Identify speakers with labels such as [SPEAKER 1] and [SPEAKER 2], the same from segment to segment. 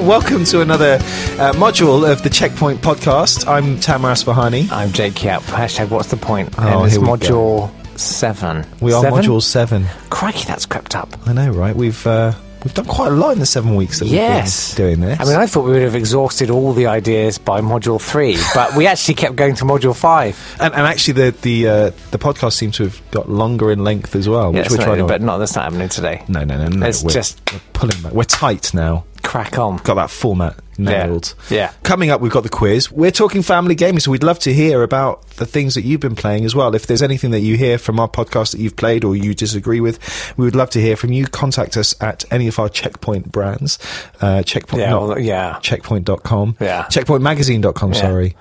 [SPEAKER 1] welcome to another uh, module of the Checkpoint podcast. I'm Tamar Asbahani.
[SPEAKER 2] I'm Jake Yap. Hashtag what's the point?
[SPEAKER 1] Oh,
[SPEAKER 2] and it's
[SPEAKER 1] here we
[SPEAKER 2] module seven.
[SPEAKER 1] We are
[SPEAKER 2] Seven?
[SPEAKER 1] module seven.
[SPEAKER 2] Crikey, that's crept up.
[SPEAKER 1] I know, right? We've uh, we've done quite a lot in the seven weeks that
[SPEAKER 2] Yes.
[SPEAKER 1] we've been doing this.
[SPEAKER 2] I mean, I thought we would have exhausted all the ideas by module three, but we actually kept going to module five.
[SPEAKER 1] and, and actually, the the uh, the podcast seems to have got longer in length as well,
[SPEAKER 2] Yeah,
[SPEAKER 1] which we're
[SPEAKER 2] that's
[SPEAKER 1] trying
[SPEAKER 2] not-
[SPEAKER 1] to.
[SPEAKER 2] but not that's not happening today.
[SPEAKER 1] no, no, no, no.
[SPEAKER 2] It's
[SPEAKER 1] we're,
[SPEAKER 2] just-
[SPEAKER 1] we're pulling back. We're tight now.
[SPEAKER 2] Crack on.
[SPEAKER 1] Got that format nailed.
[SPEAKER 2] Yeah.
[SPEAKER 1] Coming up, we've got the quiz. We're talking family gaming, so we'd love to hear about the things that you've been playing as well. If there's anything that you hear from our podcast that you've played or you disagree with, we would love to hear from you. Contact us at any of our Checkpoint brands. Uh, checkpoint,
[SPEAKER 2] Yeah,
[SPEAKER 1] not-
[SPEAKER 2] well, yeah.
[SPEAKER 1] Checkpoint.com.
[SPEAKER 2] Yeah.
[SPEAKER 1] Checkpointmagazine.com,
[SPEAKER 2] Yeah.
[SPEAKER 1] sorry.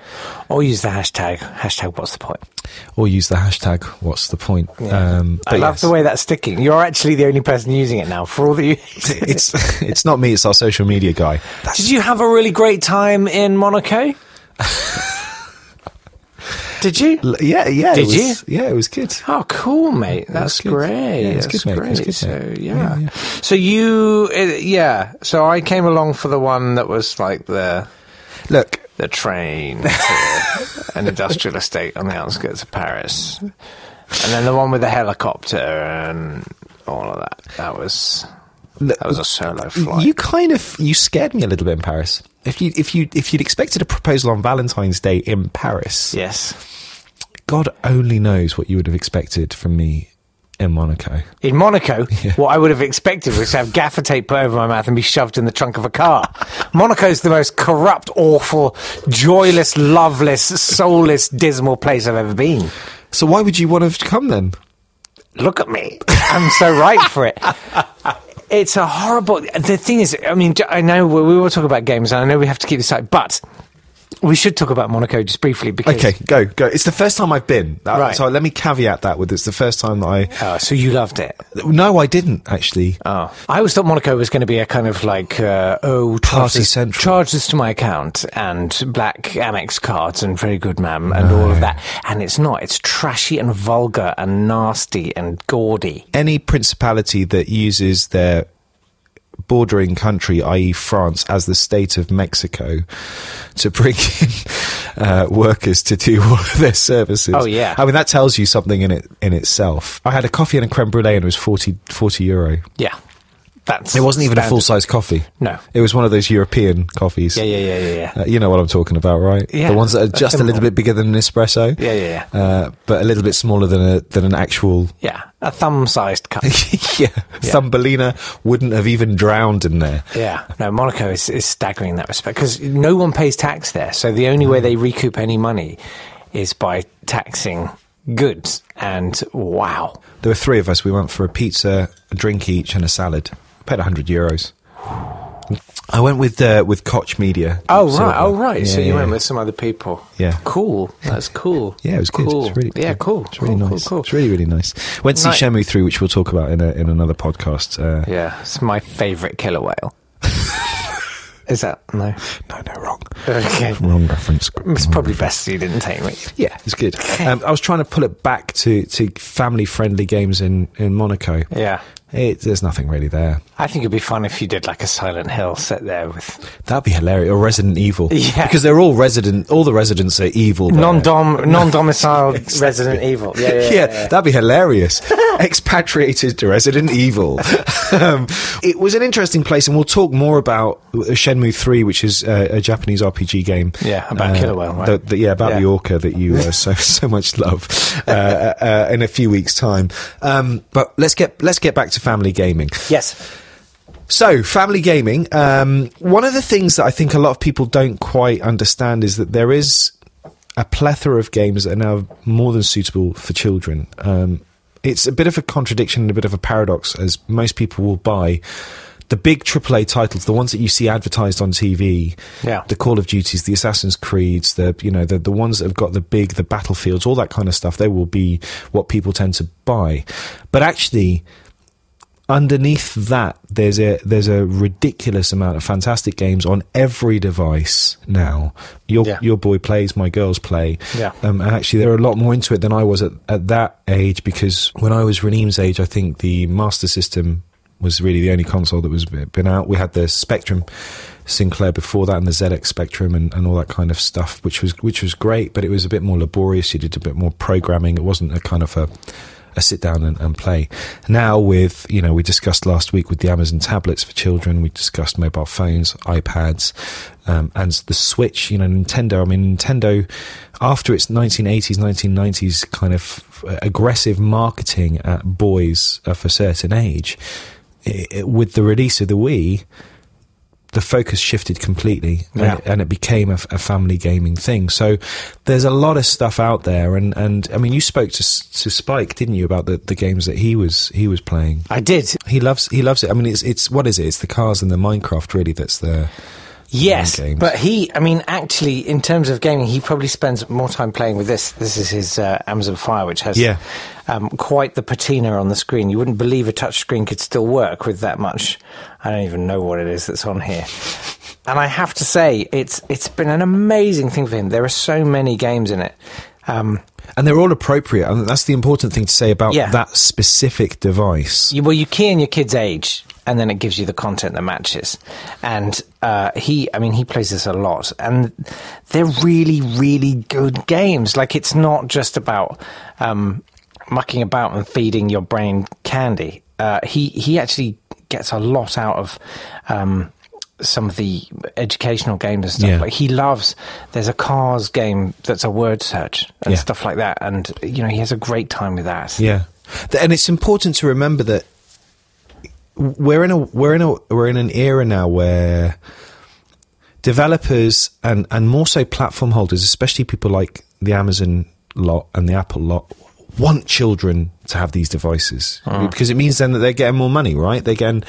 [SPEAKER 2] Or use the hashtag. Hashtag what's the point?
[SPEAKER 1] Or use the hashtag, what's the point? Um,
[SPEAKER 2] I
[SPEAKER 1] but
[SPEAKER 2] love
[SPEAKER 1] yes.
[SPEAKER 2] the way that's sticking. You're actually the only person using it now. For all that you.
[SPEAKER 1] it's, it's not me, it's our social media guy.
[SPEAKER 2] Did you have a really great time in Monaco? Did you?
[SPEAKER 1] L- Yeah, yeah. it
[SPEAKER 2] Did
[SPEAKER 1] was-
[SPEAKER 2] you?
[SPEAKER 1] Yeah, it was good.
[SPEAKER 2] Oh, cool, mate.
[SPEAKER 1] was
[SPEAKER 2] That's
[SPEAKER 1] good.
[SPEAKER 2] great.
[SPEAKER 1] Yeah, it was
[SPEAKER 2] That's
[SPEAKER 1] good, mate. It
[SPEAKER 2] great.
[SPEAKER 1] was good,
[SPEAKER 2] so,
[SPEAKER 1] mate.
[SPEAKER 2] yeah.
[SPEAKER 1] Yeah, yeah.
[SPEAKER 2] So you, uh, yeah. So I came along for the one that was like the
[SPEAKER 1] Look,
[SPEAKER 2] the train to an industrial estate on the outskirts of Paris, and then the one with the helicopter and all of that. That was
[SPEAKER 1] Look,
[SPEAKER 2] that was a solo flight.
[SPEAKER 1] You kind of you scared me a little bit in Paris. If you if you if you'd expected a proposal on Valentine's Day in Paris,
[SPEAKER 2] yes,
[SPEAKER 1] God only knows what you would have expected from me in Monaco.
[SPEAKER 2] in Monaco, what I would have expected was to have gaffer tape put over my mouth and be shoved in the trunk of a car. Monaco's the most corrupt, awful, joyless, loveless, soulless, dismal place I've ever been.
[SPEAKER 1] So why would you want to come then?
[SPEAKER 2] look at me. I'm so right for it. It's a horrible. The thing is, I mean, I know we we will talk about games, and I know we have to keep this out, but we should talk about Monaco just briefly because.
[SPEAKER 1] Okay, go go. It's the first time I've been. That-
[SPEAKER 2] Right.
[SPEAKER 1] So let me caveat that with it's the first time that I.
[SPEAKER 2] Oh, so you loved it.
[SPEAKER 1] No, I didn't actually.
[SPEAKER 2] Oh, I always thought Monaco was going to be a kind of like uh, oh, charge
[SPEAKER 1] Party
[SPEAKER 2] this-
[SPEAKER 1] central.
[SPEAKER 2] charge this to my account and black Amex cards and very good, ma'am, and all of that. And it's not. It's trashy and vulgar and nasty and gaudy.
[SPEAKER 1] Any principality that uses their bordering country, i.e., France, as the state of Mexico, to bring in uh, workers to do all of their services.
[SPEAKER 2] Oh, yeah.
[SPEAKER 1] I mean that tells you something in it in itself. I had a coffee and a creme brulee, and it was 40, 40 euro.
[SPEAKER 2] Yeah, that's
[SPEAKER 1] It wasn't even a
[SPEAKER 2] standard.
[SPEAKER 1] full size coffee.
[SPEAKER 2] No.
[SPEAKER 1] it was one of those European coffees.
[SPEAKER 2] Yeah, yeah, yeah, yeah, yeah.
[SPEAKER 1] Uh, you know what I'm talking about, right?
[SPEAKER 2] Yeah,
[SPEAKER 1] the ones that are
[SPEAKER 2] that's
[SPEAKER 1] just a little
[SPEAKER 2] simple.
[SPEAKER 1] bit bigger than an espresso.
[SPEAKER 2] Yeah, yeah, yeah.
[SPEAKER 1] Uh, but a little bit smaller than a than an actual
[SPEAKER 2] Yeah, a thumb-sized cup.
[SPEAKER 1] yeah, Thumbelina wouldn't have even drowned in there.
[SPEAKER 2] yeah, no, Monaco is, is staggering in that respect because no one pays tax there. So the only
[SPEAKER 1] Mm.
[SPEAKER 2] way they recoup any money is by taxing goods. And wow,
[SPEAKER 1] There were three of us. We went for a pizza, a drink each, and a salad. Paid hundred euros. I went with uh, with Koch Media.
[SPEAKER 2] oh
[SPEAKER 1] Silver.
[SPEAKER 2] right, oh right. so
[SPEAKER 1] Yeah,
[SPEAKER 2] you
[SPEAKER 1] yeah.
[SPEAKER 2] went with some other people.
[SPEAKER 1] Yeah.
[SPEAKER 2] cool. That's cool.
[SPEAKER 1] Yeah, it was good.
[SPEAKER 2] cool.
[SPEAKER 1] It's really
[SPEAKER 2] yeah, cool.
[SPEAKER 1] It's really
[SPEAKER 2] cool,
[SPEAKER 1] nice.
[SPEAKER 2] Cool, cool.
[SPEAKER 1] It's really really nice. Went to see
[SPEAKER 2] Nice.
[SPEAKER 1] Shamu through, which we'll talk about in a, in another podcast. Uh,
[SPEAKER 2] yeah, it's my favorite killer whale. is that no?
[SPEAKER 1] No, no, wrong,
[SPEAKER 2] Okay,
[SPEAKER 1] wrong reference.
[SPEAKER 2] it's probably best you didn't take me.
[SPEAKER 1] Yeah, it's good. Um, I was trying to pull it back to, to family friendly games in in Monaco.
[SPEAKER 2] Yeah.
[SPEAKER 1] It, there's nothing really there.
[SPEAKER 2] I think it'd be fun if you did like a Silent Hill set there with
[SPEAKER 1] That'd be hilarious. Or Resident Evil.
[SPEAKER 2] Yeah.
[SPEAKER 1] Because they're all resident, all the residents are evil. there.
[SPEAKER 2] non-dom, non-domiciled Resident Evil. Yeah, yeah,
[SPEAKER 1] yeah,
[SPEAKER 2] yeah, yeah.
[SPEAKER 1] that'd be hilarious. Expatriated to Resident Evil. um, it was an interesting place, and we'll talk more about Shenmue 3, which is uh, a Japanese RPG game. Uh,
[SPEAKER 2] Yeah, about killer whale, right?
[SPEAKER 1] the- the- yeah, about
[SPEAKER 2] Yeah.
[SPEAKER 1] the orca that you uh, so so much love uh, uh, in a few weeks' time. Um, but let's get let's get back to family gaming.
[SPEAKER 2] Yes.
[SPEAKER 1] So, family gaming. Um, one of the things that I think a lot of people don't quite understand is that there is a plethora of games that are now more than suitable for children. Um, it's a bit of a contradiction and a bit of a paradox, as most people will buy the big AAA titles, the ones that you see advertised on TV,
[SPEAKER 2] Yeah.
[SPEAKER 1] the Call of Duties, the Assassin's Creeds, the you know the the ones that have got the big, the battlefields, all that kind of stuff. They will be what people tend to buy, but actually underneath that there's a there's a ridiculous amount of fantastic games on every device now your
[SPEAKER 2] Yeah.
[SPEAKER 1] your boy plays my girls play
[SPEAKER 2] Yeah.
[SPEAKER 1] um, and actually they're a lot more into it than I was at, at that age because when I was Raneem's age I think the Master System was really the only console that was been out we had the Spectrum Sinclair before that and the ZX Spectrum and, and all that kind of stuff, which was which was great, but it was a bit more laborious. You did a bit more programming. It wasn't a kind of a a sit down and, and play. Now with you know we discussed last week with the Amazon tablets for children. We discussed mobile phones, iPads, um, and the Switch. You know Nintendo. I mean Nintendo after its 1980s 1990s kind of aggressive marketing at boys of a certain age. i i with the release of the Wii, the focus shifted completely and,
[SPEAKER 2] Yeah.
[SPEAKER 1] it, and it became a, f- a family gaming thing. So there's a lot of stuff out there. And, and I mean, you spoke to, S- to Spike, didn't you, about the, the games that he was, he was playing?
[SPEAKER 2] I did.
[SPEAKER 1] He loves, he loves it. I mean, it's, it's, what is it? It's the cars and the Minecraft really that's the,
[SPEAKER 2] Yes,
[SPEAKER 1] games.
[SPEAKER 2] but he, I mean, actually, in terms of gaming, he probably spends more time playing with this. This is his uh, Amazon Fire, which has
[SPEAKER 1] Yeah.
[SPEAKER 2] um, quite the patina on the screen. You wouldn't believe a touchscreen could still work with that much. I don't even know what it is that's on here. And I have to say, it's it's been an amazing thing for him. There are so many games in it. Um,
[SPEAKER 1] and they're all appropriate. And that's the important thing to say about
[SPEAKER 2] Yeah.
[SPEAKER 1] that specific device.
[SPEAKER 2] you, well, you key in your kid's age, and then it gives you the content that matches. And uh, he, I mean, he plays this a lot, and they're really, really good games. Like it's not just about um, mucking about and feeding your brain candy. Uh, he he actually gets a lot out of. Um, some of the educational games and stuff,
[SPEAKER 1] Yeah.
[SPEAKER 2] but he loves. There's a cars game that's a word search and
[SPEAKER 1] Yeah.
[SPEAKER 2] stuff like that, and you know he has a great time with that.
[SPEAKER 1] Yeah, Th- and it's important to remember that we're in a we're in a we're in an era now where developers and and more so platform holders, especially people like the Amazon lot and the Apple lot, want children to have these devices because it means then that they're getting more money, right? They're getting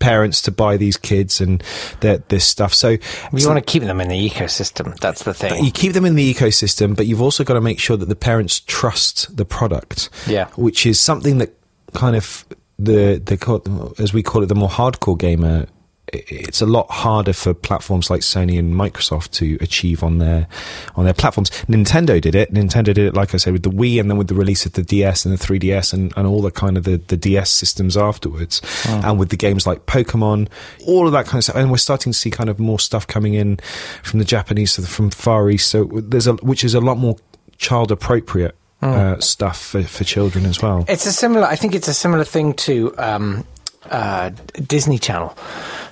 [SPEAKER 1] parents to buy these kids and their, this stuff. So
[SPEAKER 2] You want to keep them in the ecosystem. That's the
[SPEAKER 1] you
[SPEAKER 2] thing.
[SPEAKER 1] keep them in the e-, ecosystem, but you've also got to make sure that the parents trust the product.
[SPEAKER 2] Yeah.
[SPEAKER 1] which is something that kind of the the co- as we call it the more hardcore gamer. i- It's a lot harder for platforms like Sony and Microsoft to achieve on their on their platforms. Nintendo did it. Nintendo did it, like I said, with the Wii, and then with the release of the DS and the 3DS, and, and all the kind of the, the DS systems afterwards, and with the games like Pokemon, all of that kind of stuff. And we're starting to see kind of more stuff coming in from the Japanese, so from Far East. So there's a which is a lot more child appropriate uh, stuff for, for children as well.
[SPEAKER 2] It's a similar. I think it's a similar thing to um, uh, Disney Channel,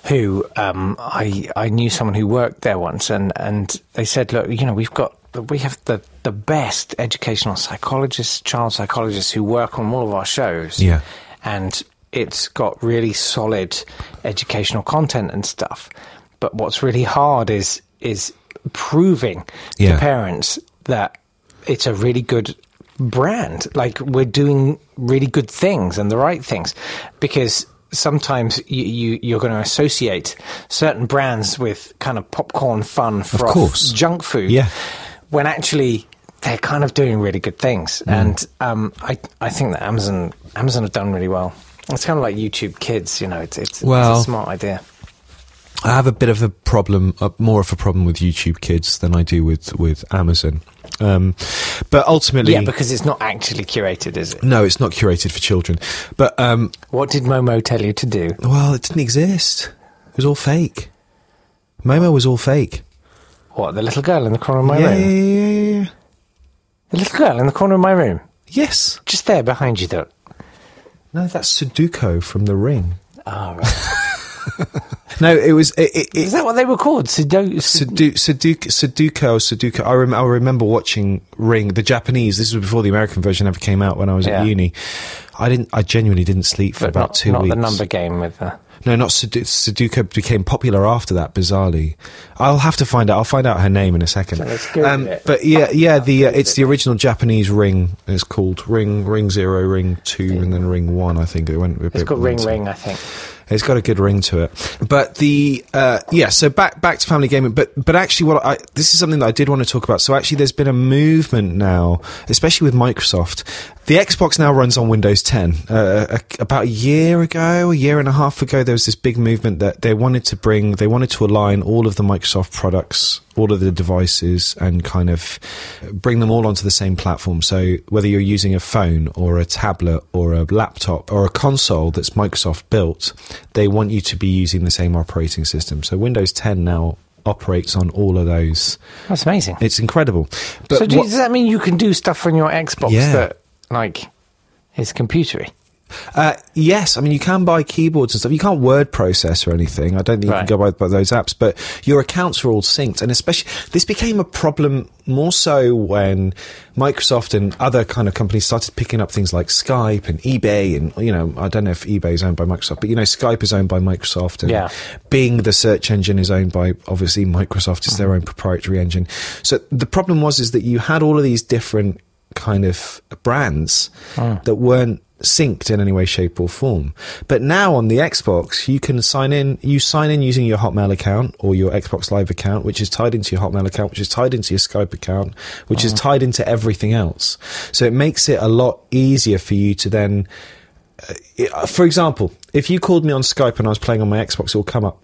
[SPEAKER 2] who um, I I knew someone who worked there once, and and they said, look, you know, we've got we have the the best educational psychologists, child psychologists who work on all of our shows.
[SPEAKER 1] Yeah.
[SPEAKER 2] and it's got really solid educational content and stuff. But what's really hard is is proving
[SPEAKER 1] Yeah.
[SPEAKER 2] to parents that it's a really good brand. Like we're doing really good things and the right things, because sometimes you, you you're going to associate certain brands with kind of popcorn fun froth
[SPEAKER 1] course.
[SPEAKER 2] junk food
[SPEAKER 1] Yeah.
[SPEAKER 2] when actually they're kind of doing really good things.
[SPEAKER 1] Mm.
[SPEAKER 2] And um, I, I think that Amazon Amazon have done really well. It's kind of like YouTube Kids, you know. It's it's,
[SPEAKER 1] Well-
[SPEAKER 2] it's a smart idea.
[SPEAKER 1] I have a bit of a problem, uh, more of a problem with YouTube Kids than I do with with Amazon. Um, but ultimately,
[SPEAKER 2] Yeah, because it's not actually curated, is it?
[SPEAKER 1] no, it's not curated for children. But um,
[SPEAKER 2] What did Momo tell you to do?
[SPEAKER 1] well, it didn't exist. It was all fake. Momo was all fake.
[SPEAKER 2] What the little girl in the corner of my
[SPEAKER 1] Yeah, yeah,
[SPEAKER 2] room?
[SPEAKER 1] yeah, yeah, yeah.
[SPEAKER 2] The little girl in the corner of my room,
[SPEAKER 1] Yes.
[SPEAKER 2] just there behind you, though.
[SPEAKER 1] No, that's Sudoku from The Ring.
[SPEAKER 2] Ah, right.
[SPEAKER 1] No, it was it, it, it,
[SPEAKER 2] is that what they were called? Sudo- Sud-
[SPEAKER 1] Sudu- Sudoku, Sudoku, or Sudoku. I, rem- I remember watching Ring, the Japanese. This was before the American version ever came out. When I was
[SPEAKER 2] Yeah.
[SPEAKER 1] at uni, I didn't. I genuinely didn't sleep for
[SPEAKER 2] but
[SPEAKER 1] about
[SPEAKER 2] not,
[SPEAKER 1] two
[SPEAKER 2] not
[SPEAKER 1] weeks.
[SPEAKER 2] the number game with uh, the.
[SPEAKER 1] No, not Sudu- Sudoku became popular after that. Bizarrely, I'll have to find out. I'll find out her name in a second. Um,
[SPEAKER 2] Let's Google it.
[SPEAKER 1] but yeah, yeah. The uh, it's the original Japanese Ring. It's called Ring, Ring Zero, Ring Two, and then Ring One. I think it went. a
[SPEAKER 2] It's
[SPEAKER 1] bit
[SPEAKER 2] called Ring
[SPEAKER 1] later.
[SPEAKER 2] Ring, I think.
[SPEAKER 1] It's got a good ring to it. But the uh, yeah, so back back to family gaming. But but actually, what I this is something that I did want to talk about. So actually, there's been a movement now, especially with Microsoft. The Xbox now runs on Windows 10. Uh, a- about a year ago, a year and a half ago, there was this big movement that they wanted to bring, they wanted to align all of the Microsoft products, all of the devices, and kind of bring them all onto the same platform. So whether you're using a phone or a tablet or a laptop or a console that's Microsoft built, they want you to be using the same operating system. So Windows 10 now operates on all of those.
[SPEAKER 2] That's amazing.
[SPEAKER 1] It's incredible. But
[SPEAKER 2] so do,
[SPEAKER 1] what-
[SPEAKER 2] does that mean you can do stuff on your Xbox
[SPEAKER 1] Yeah.
[SPEAKER 2] that like is computery?
[SPEAKER 1] Uh, yes, I mean you can buy keyboards and stuff. You can't word process or anything. I don't think you can
[SPEAKER 2] Right.
[SPEAKER 1] go by, by those apps, but your accounts are all synced. And especially this became a problem more so when Microsoft and other kind of companies started picking up things like Skype and eBay. And you know, I don't know if eBay is owned by Microsoft, but you know, Skype is owned by Microsoft. And
[SPEAKER 2] Yeah.
[SPEAKER 1] Bing, the search engine, is owned by obviously Microsoft. It's their own proprietary engine. So the problem was is that you had all of these different kind of brands that weren't synced in any way, shape, or form. But now on the Xbox, you can sign in. You sign in using your Hotmail account or your Xbox Live account, which is tied into your Hotmail account, which is tied into your Skype account, which is tied into everything else. So it makes it a lot easier for you to then uh, for example, if you called me on Skype and I was playing on my Xbox, it'll come up.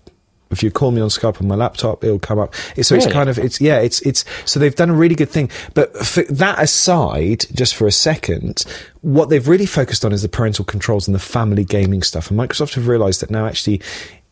[SPEAKER 1] If you call me on Skype on my laptop, it'll come up. It- So it's
[SPEAKER 2] Really?
[SPEAKER 1] kind of it's yeah it's it's so they've done a really good thing. But for that aside, just for a second, what they've really focused on is the parental controls and the family gaming stuff. And Microsoft have realised that now actually,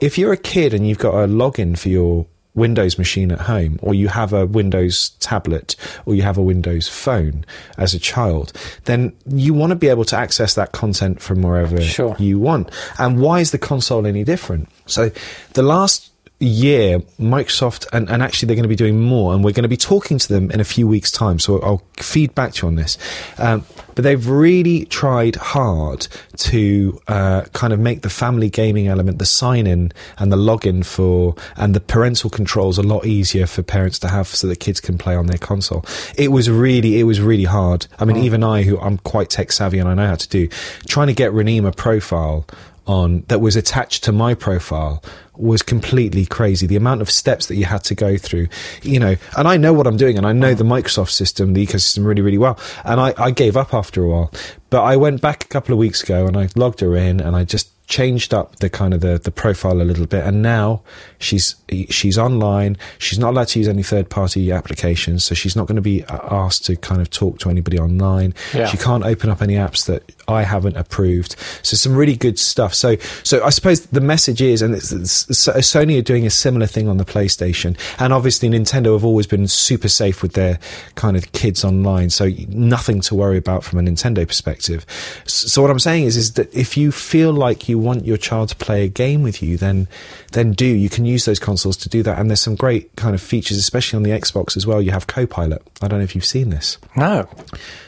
[SPEAKER 1] if you're a kid and you've got a login for your Windows machine at home, or you have a Windows tablet, or you have a Windows phone as a child, then you want to be able to access that content from wherever
[SPEAKER 2] Sure.
[SPEAKER 1] you want. And why is the console any different? So, the last year, Microsoft, and, and actually they're going to be doing more, and we're going to be talking to them in a few weeks' time, so I'll feed back to you on this. Um, but they've really tried hard to uh, kind of make the family gaming element, the sign in and the login for, and the parental controls a lot easier for parents to have so that kids can play on their console. It was really, it was really hard. I mean, even I, who I'm quite tech savvy and I know how to do, trying to get Reneem a profile on that was attached to my profile was completely crazy. The amount of steps that you had to go through, you know, and I know what I'm doing and I know the Microsoft system, the ecosystem really, really well. And I, I gave up after a while, but I went back a couple of weeks ago and I logged her in and I just changed up the kind of the, the profile a little bit. And now she's, she's online. She's not allowed to use any third party applications. So she's not going to be uh, asked to kind of talk to anybody online.
[SPEAKER 2] Yeah.
[SPEAKER 1] She can't open up any apps that I haven't approved. So some really good stuff. So so I suppose the message is, and it's, it's- so- Sony are doing a similar thing on the PlayStation, and obviously Nintendo have always been super safe with their kind of kids online, so nothing to worry about from a Nintendo perspective. S- So what I'm saying is, is that if you feel like you want your child to play a game with you, then then do. You can use those consoles to do that, and there's some great kind of features, especially on the Xbox as well. You have Copilot. I don't know if you've seen this.
[SPEAKER 2] No.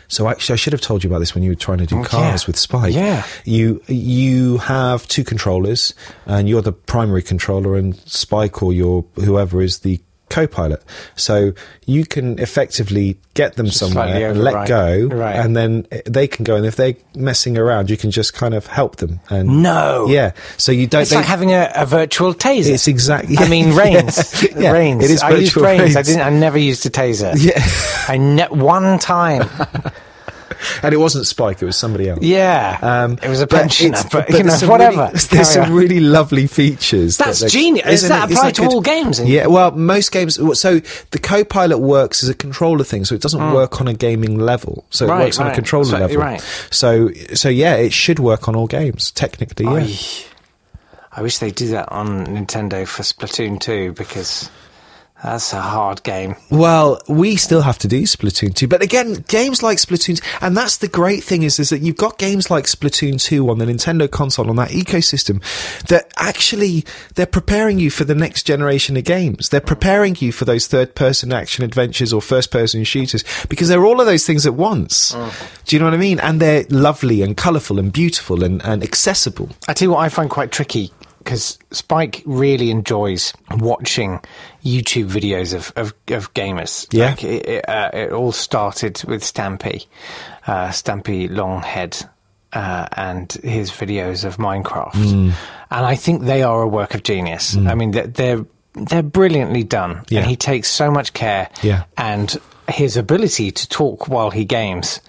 [SPEAKER 1] So actually, I should have told you about this when you were trying to do cars
[SPEAKER 2] Oh, yeah.
[SPEAKER 1] with Spike.
[SPEAKER 2] Yeah.
[SPEAKER 1] You you have two controllers, and you're the primary controller, and Spike or your whoever is the co-pilot. So you can effectively get them
[SPEAKER 2] slightly
[SPEAKER 1] somewhere and let
[SPEAKER 2] override.
[SPEAKER 1] go,
[SPEAKER 2] Right.
[SPEAKER 1] and then eh, they can go. And if they're messing around, you can just kind of help them. And
[SPEAKER 2] No.
[SPEAKER 1] yeah, so you don't.
[SPEAKER 2] It's like having a, a virtual taser.
[SPEAKER 1] It's exactly-
[SPEAKER 2] I mean, reins.
[SPEAKER 1] Yeah. Yeah.
[SPEAKER 2] Reins.
[SPEAKER 1] It is
[SPEAKER 2] I used
[SPEAKER 1] virtual
[SPEAKER 2] reins. I
[SPEAKER 1] reins.
[SPEAKER 2] didn't. I never used a taser.
[SPEAKER 1] yeah,
[SPEAKER 2] I ne- one time.
[SPEAKER 1] and it wasn't Spike; it was somebody else.
[SPEAKER 2] Yeah.
[SPEAKER 1] Um,
[SPEAKER 2] it was a
[SPEAKER 1] but
[SPEAKER 2] pensioner,
[SPEAKER 1] it's-
[SPEAKER 2] but,
[SPEAKER 1] but
[SPEAKER 2] you know,
[SPEAKER 1] there's some
[SPEAKER 2] whatever.
[SPEAKER 1] really- there's
[SPEAKER 2] Carry
[SPEAKER 1] some
[SPEAKER 2] on.
[SPEAKER 1] really lovely features.
[SPEAKER 2] That's
[SPEAKER 1] they're-
[SPEAKER 2] genius. Does
[SPEAKER 1] isn't
[SPEAKER 2] that
[SPEAKER 1] it- isn't
[SPEAKER 2] apply
[SPEAKER 1] that
[SPEAKER 2] to
[SPEAKER 1] good?
[SPEAKER 2] all games?
[SPEAKER 1] Yeah. Well, most games. So the co-pilot works as a controller thing, so it doesn't work on a gaming level. So
[SPEAKER 2] Mm. Right,
[SPEAKER 1] it works on a
[SPEAKER 2] right.
[SPEAKER 1] controller
[SPEAKER 2] So-
[SPEAKER 1] level.
[SPEAKER 2] right.
[SPEAKER 1] So so yeah, it should work on all games technically. Yeah.
[SPEAKER 2] Oy. I wish they do that on Nintendo for Splatoon 2 because that's a hard game.
[SPEAKER 1] Well, we still have to do Splatoon 2. But again, games like Splatoon, and that's the great thing is, is that you've got games like Splatoon 2 on the Nintendo console, on that ecosystem, that actually, they're preparing you for the next generation of games. They're preparing you for those third person action adventures or first person shooters, because they're all of those things at once. Do you know what I mean? And they're lovely and colourful and beautiful and, and accessible.
[SPEAKER 2] I tell you what I find quite tricky because Spike really enjoys watching YouTube videos of, of, of gamers.
[SPEAKER 1] Yeah.
[SPEAKER 2] Like, it, it, uh, it all started with Stampy, uh, Stampy Longhead, uh, and his videos of Minecraft.
[SPEAKER 1] Hmm.
[SPEAKER 2] And I think they are a work of genius. I mean, they're, they're, they're brilliantly done,
[SPEAKER 1] Yeah.
[SPEAKER 2] and he takes so much care.
[SPEAKER 1] Yeah.
[SPEAKER 2] And his ability to talk while he games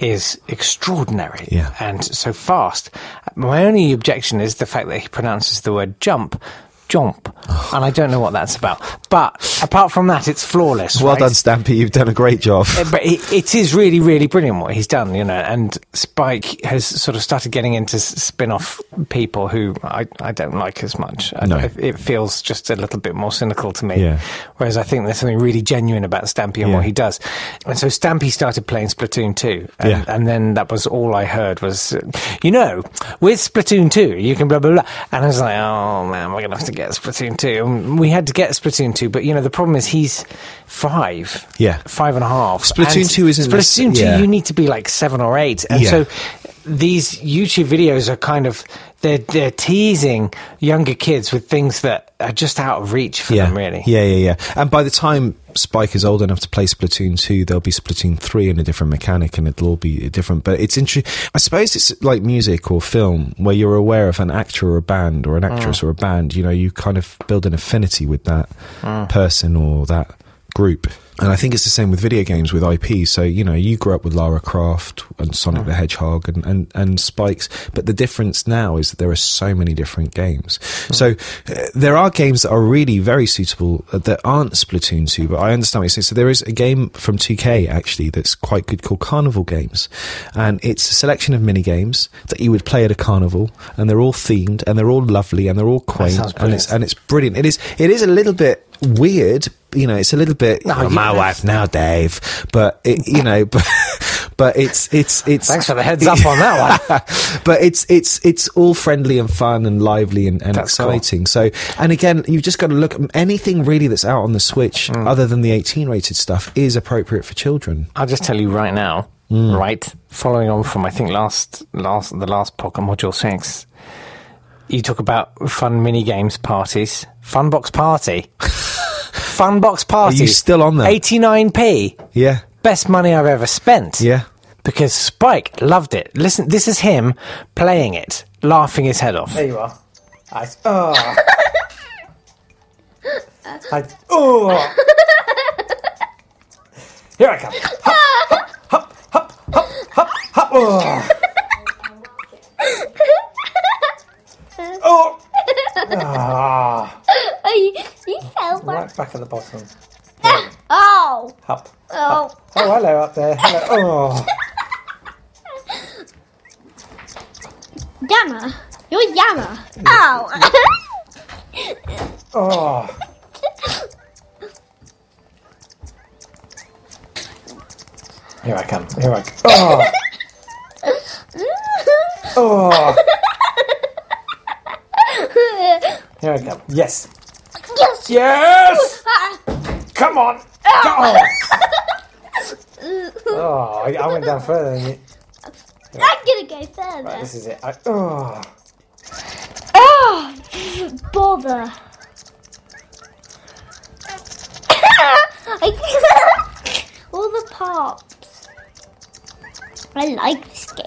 [SPEAKER 2] is extraordinary
[SPEAKER 1] Yeah.
[SPEAKER 2] and so fast. My only objection is the fact that he pronounces the word jump Jomp,
[SPEAKER 1] Oh.
[SPEAKER 2] and I don't know what that's about. But apart from that, it's flawless.
[SPEAKER 1] Well
[SPEAKER 2] right?
[SPEAKER 1] done, Stampy. You've done a great job.
[SPEAKER 2] Uh, but it, it is really, really brilliant what he's done, you know. And Spike has sort of started getting into s- spin-off people who I, I don't like as much. I-
[SPEAKER 1] No.
[SPEAKER 2] I- it feels just a little bit more cynical to me.
[SPEAKER 1] Yeah.
[SPEAKER 2] Whereas I think there's something really genuine about Stampy and
[SPEAKER 1] Yeah.
[SPEAKER 2] what he does. And so Stampy started playing Splatoon 2. And,
[SPEAKER 1] Yeah.
[SPEAKER 2] and then that was all I heard was, uh, you know, with Splatoon 2, you can blah, blah, blah. And I was like, oh man, we're going to have to get Splatoon 2. And we had to get Splatoon 2, but you know, the problem is he's five.
[SPEAKER 1] Yeah.
[SPEAKER 2] Five and a half.
[SPEAKER 1] Splatoon
[SPEAKER 2] And
[SPEAKER 1] 2 isn't this-
[SPEAKER 2] Splatoon 2,
[SPEAKER 1] yeah.
[SPEAKER 2] you need to be like seven or eight. And
[SPEAKER 1] Yeah.
[SPEAKER 2] so these YouTube videos are kind of. They're, they're teasing younger kids with things that are just out of reach for
[SPEAKER 1] yeah,
[SPEAKER 2] them, really.
[SPEAKER 1] Yeah, yeah, yeah. And by the time Spike is old enough to play Splatoon 2, there'll be Splatoon 3 and a different mechanic and it'll all be different. But it's interesting. I suppose it's like music or film where you're aware of an actor or a band or an
[SPEAKER 2] Mm.
[SPEAKER 1] actress or a band. You know, you kind of build an affinity with that
[SPEAKER 2] Mm.
[SPEAKER 1] person or that group. And I think it's the same with video games with IP. So, you know, you grew up with Lara Croft and Sonic
[SPEAKER 2] Mm.
[SPEAKER 1] the Hedgehog and, and, and Spikes, but the difference now is that there are so many different games.
[SPEAKER 2] Mm.
[SPEAKER 1] So uh, there are games that are really very suitable uh, that aren't Splatoon 2, but I understand what you're saying. So there is a game from 2K actually that's quite good called Carnival Games. And it's a selection of mini games that you would play at a carnival and they're all themed and they're all lovely and they're all quaint
[SPEAKER 2] sounds
[SPEAKER 1] and
[SPEAKER 2] brilliant.
[SPEAKER 1] it's and it's brilliant. It is it is a little bit weird, you know. It's a little bit
[SPEAKER 2] No,
[SPEAKER 1] "Oh,
[SPEAKER 2] you-
[SPEAKER 1] my wife now, Dave, but it, you know, but, but it's it's it's.
[SPEAKER 2] Thanks for the heads up on that one.
[SPEAKER 1] but it's it's it's all friendly and fun and lively and, and
[SPEAKER 2] That's cool.
[SPEAKER 1] exciting. So and again, you've just got to look at anything really that's out on the Switch
[SPEAKER 2] Mm.
[SPEAKER 1] other than the 18 rated stuff is appropriate for children.
[SPEAKER 2] I'll just tell you right now,
[SPEAKER 1] Mm.
[SPEAKER 2] right? Following on from I think last last the last podcast module six, you talk about fun mini games parties, fun box party, fun box party.
[SPEAKER 1] you still on that?
[SPEAKER 2] Eighty nine p.
[SPEAKER 1] Yeah,
[SPEAKER 2] Best money I've ever spent.
[SPEAKER 1] yeah.
[SPEAKER 2] Because Spike loved it. Listen, this is him playing it, laughing his head off.
[SPEAKER 3] There you are. I.
[SPEAKER 2] Ah.
[SPEAKER 3] Oh. I. Oh. Here I come. Hop, hop, hop, hop, hop, hop, hop. Oh. oh.
[SPEAKER 4] He, he fell back.
[SPEAKER 3] Right back at the bottom.
[SPEAKER 4] Oh,
[SPEAKER 3] Hop.
[SPEAKER 4] oh,
[SPEAKER 3] Oh, hello up there. Hello. Oh.
[SPEAKER 4] Yama, you're Yama. Oh,
[SPEAKER 3] Oh. Here I come. Here I come. Oh. oh. Here I come. Yes.
[SPEAKER 4] yes.
[SPEAKER 3] Yes.
[SPEAKER 4] Ah,
[SPEAKER 3] Come on. Go on. Oh, I, I went down further than you.
[SPEAKER 4] I'm gonna go further.
[SPEAKER 3] This is it. I, oh.
[SPEAKER 4] Oh, bother. I- All the pops. I like this game.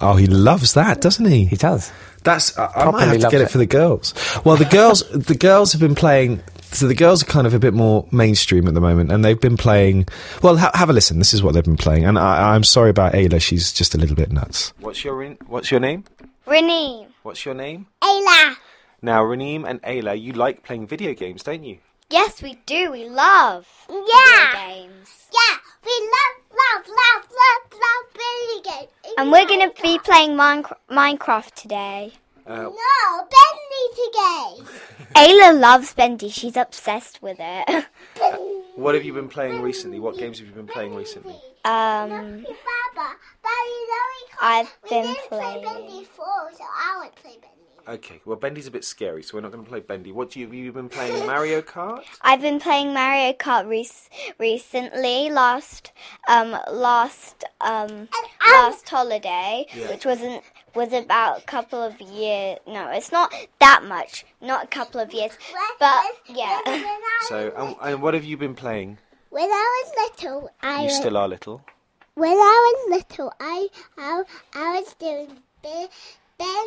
[SPEAKER 1] Oh, he loves that, doesn't he?
[SPEAKER 2] He does.
[SPEAKER 1] That's I, I might
[SPEAKER 2] Properly
[SPEAKER 1] have to
[SPEAKER 2] loves
[SPEAKER 1] get it,
[SPEAKER 2] it.
[SPEAKER 1] for the girls. Well, the girls the girls have been playing. So the girls are kind of a bit more mainstream at the moment, and they've been playing. Well, ha- have a listen. This is what they've been playing, and I, I'm sorry about Ayla. She's just a little bit nuts. What's your What's your name?
[SPEAKER 4] Renee,
[SPEAKER 1] What's your name?
[SPEAKER 4] Ayla.
[SPEAKER 1] Now, Raneem and Ayla, you like playing video games, don't you?
[SPEAKER 5] Yes, we do. We love
[SPEAKER 4] Yeah.
[SPEAKER 5] games.
[SPEAKER 4] Yeah, we love, love, love, love, love Billy game.
[SPEAKER 5] And we're going to be playing Min- Minecraft today.
[SPEAKER 4] No, Bentley today.
[SPEAKER 5] Ayla loves Bendy. She's obsessed with it.
[SPEAKER 1] What have you been playing recently? What games have you been playing recently?
[SPEAKER 5] Um,
[SPEAKER 4] Baba, but you know we can't.
[SPEAKER 5] I've
[SPEAKER 4] we
[SPEAKER 5] been
[SPEAKER 4] didn't play
[SPEAKER 5] playing.
[SPEAKER 4] Bentley four, so I won't play Bentley.
[SPEAKER 1] Okay, well, Bendy's a bit scary, so we're not going to play Bendy. What do you, have you been playing? Mario Kart?
[SPEAKER 5] I've been playing Mario Kart re- recently. Last, um, last, um, last holiday, which wasn't was about a couple of years. No, it's not that much. Not a couple of years, but
[SPEAKER 4] When
[SPEAKER 5] yeah.
[SPEAKER 4] I,
[SPEAKER 1] So, um, and what have you been playing?
[SPEAKER 4] when I was little, I uh,
[SPEAKER 1] You
[SPEAKER 4] was,
[SPEAKER 1] still are little.
[SPEAKER 4] when I was little, I I, I was doing Ben, ben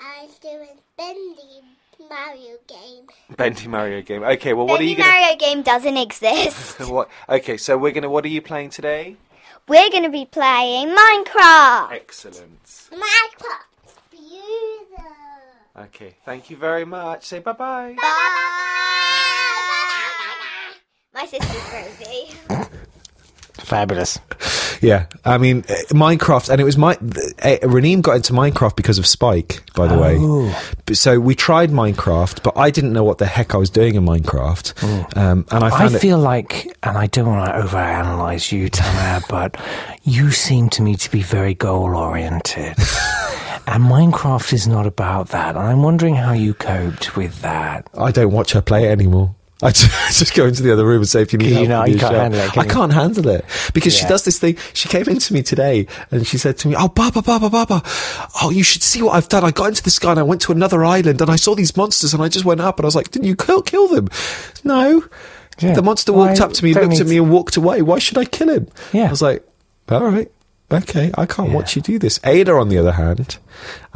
[SPEAKER 4] I was doing Bentley Mario game.
[SPEAKER 1] Bendy Mario game. Okay, well, what are
[SPEAKER 5] Bendy
[SPEAKER 1] you going
[SPEAKER 5] Mario game doesn't exist.
[SPEAKER 1] to. What, okay, so we're going to. What are you playing today?
[SPEAKER 5] We're going to be playing Minecraft.
[SPEAKER 1] Excellent.
[SPEAKER 4] Minecraft, beautiful.
[SPEAKER 2] Okay. Thank you very much. Say bye-bye.
[SPEAKER 5] Bye. My sister's Rosie.
[SPEAKER 2] Fabulous.
[SPEAKER 1] Yeah, I mean uh, Minecraft, and it was my th- uh, Raneem got into Minecraft because of Spike, by the way. But- So we tried Minecraft, but I didn't know what the heck I was doing in Minecraft, um, and I
[SPEAKER 2] I
[SPEAKER 1] found it.
[SPEAKER 2] feel like, and I don't want to overanalyze you, Tamara, but you seem to me to be very goal oriented. and Minecraft is not about that. And I'm wondering how you coped with that.
[SPEAKER 1] I don't watch her play it anymore. I ju- just go into the other room and say, if you need
[SPEAKER 2] You
[SPEAKER 1] help,
[SPEAKER 2] know,
[SPEAKER 1] give me a
[SPEAKER 2] you can't
[SPEAKER 1] shout.
[SPEAKER 2] handle it, can
[SPEAKER 1] I
[SPEAKER 2] you?
[SPEAKER 1] can't handle it because she
[SPEAKER 2] Yeah.
[SPEAKER 1] does this thing. She came into me today and she said to me, "Oh, Baba, Baba, Baba, oh, you should see what I've done. I got into the sky and I went to another island and I saw these monsters and I just went up and I was like, didn't you kill, kill them? No.
[SPEAKER 2] Yeah.
[SPEAKER 1] The monster
[SPEAKER 2] Why-
[SPEAKER 1] walked up to me,
[SPEAKER 2] don't
[SPEAKER 1] looked
[SPEAKER 2] need
[SPEAKER 1] at me, and walked away. Why should I kill him?
[SPEAKER 2] Yeah.
[SPEAKER 1] I was like, all right, okay, I can't watch you do this. Ada, on the other hand,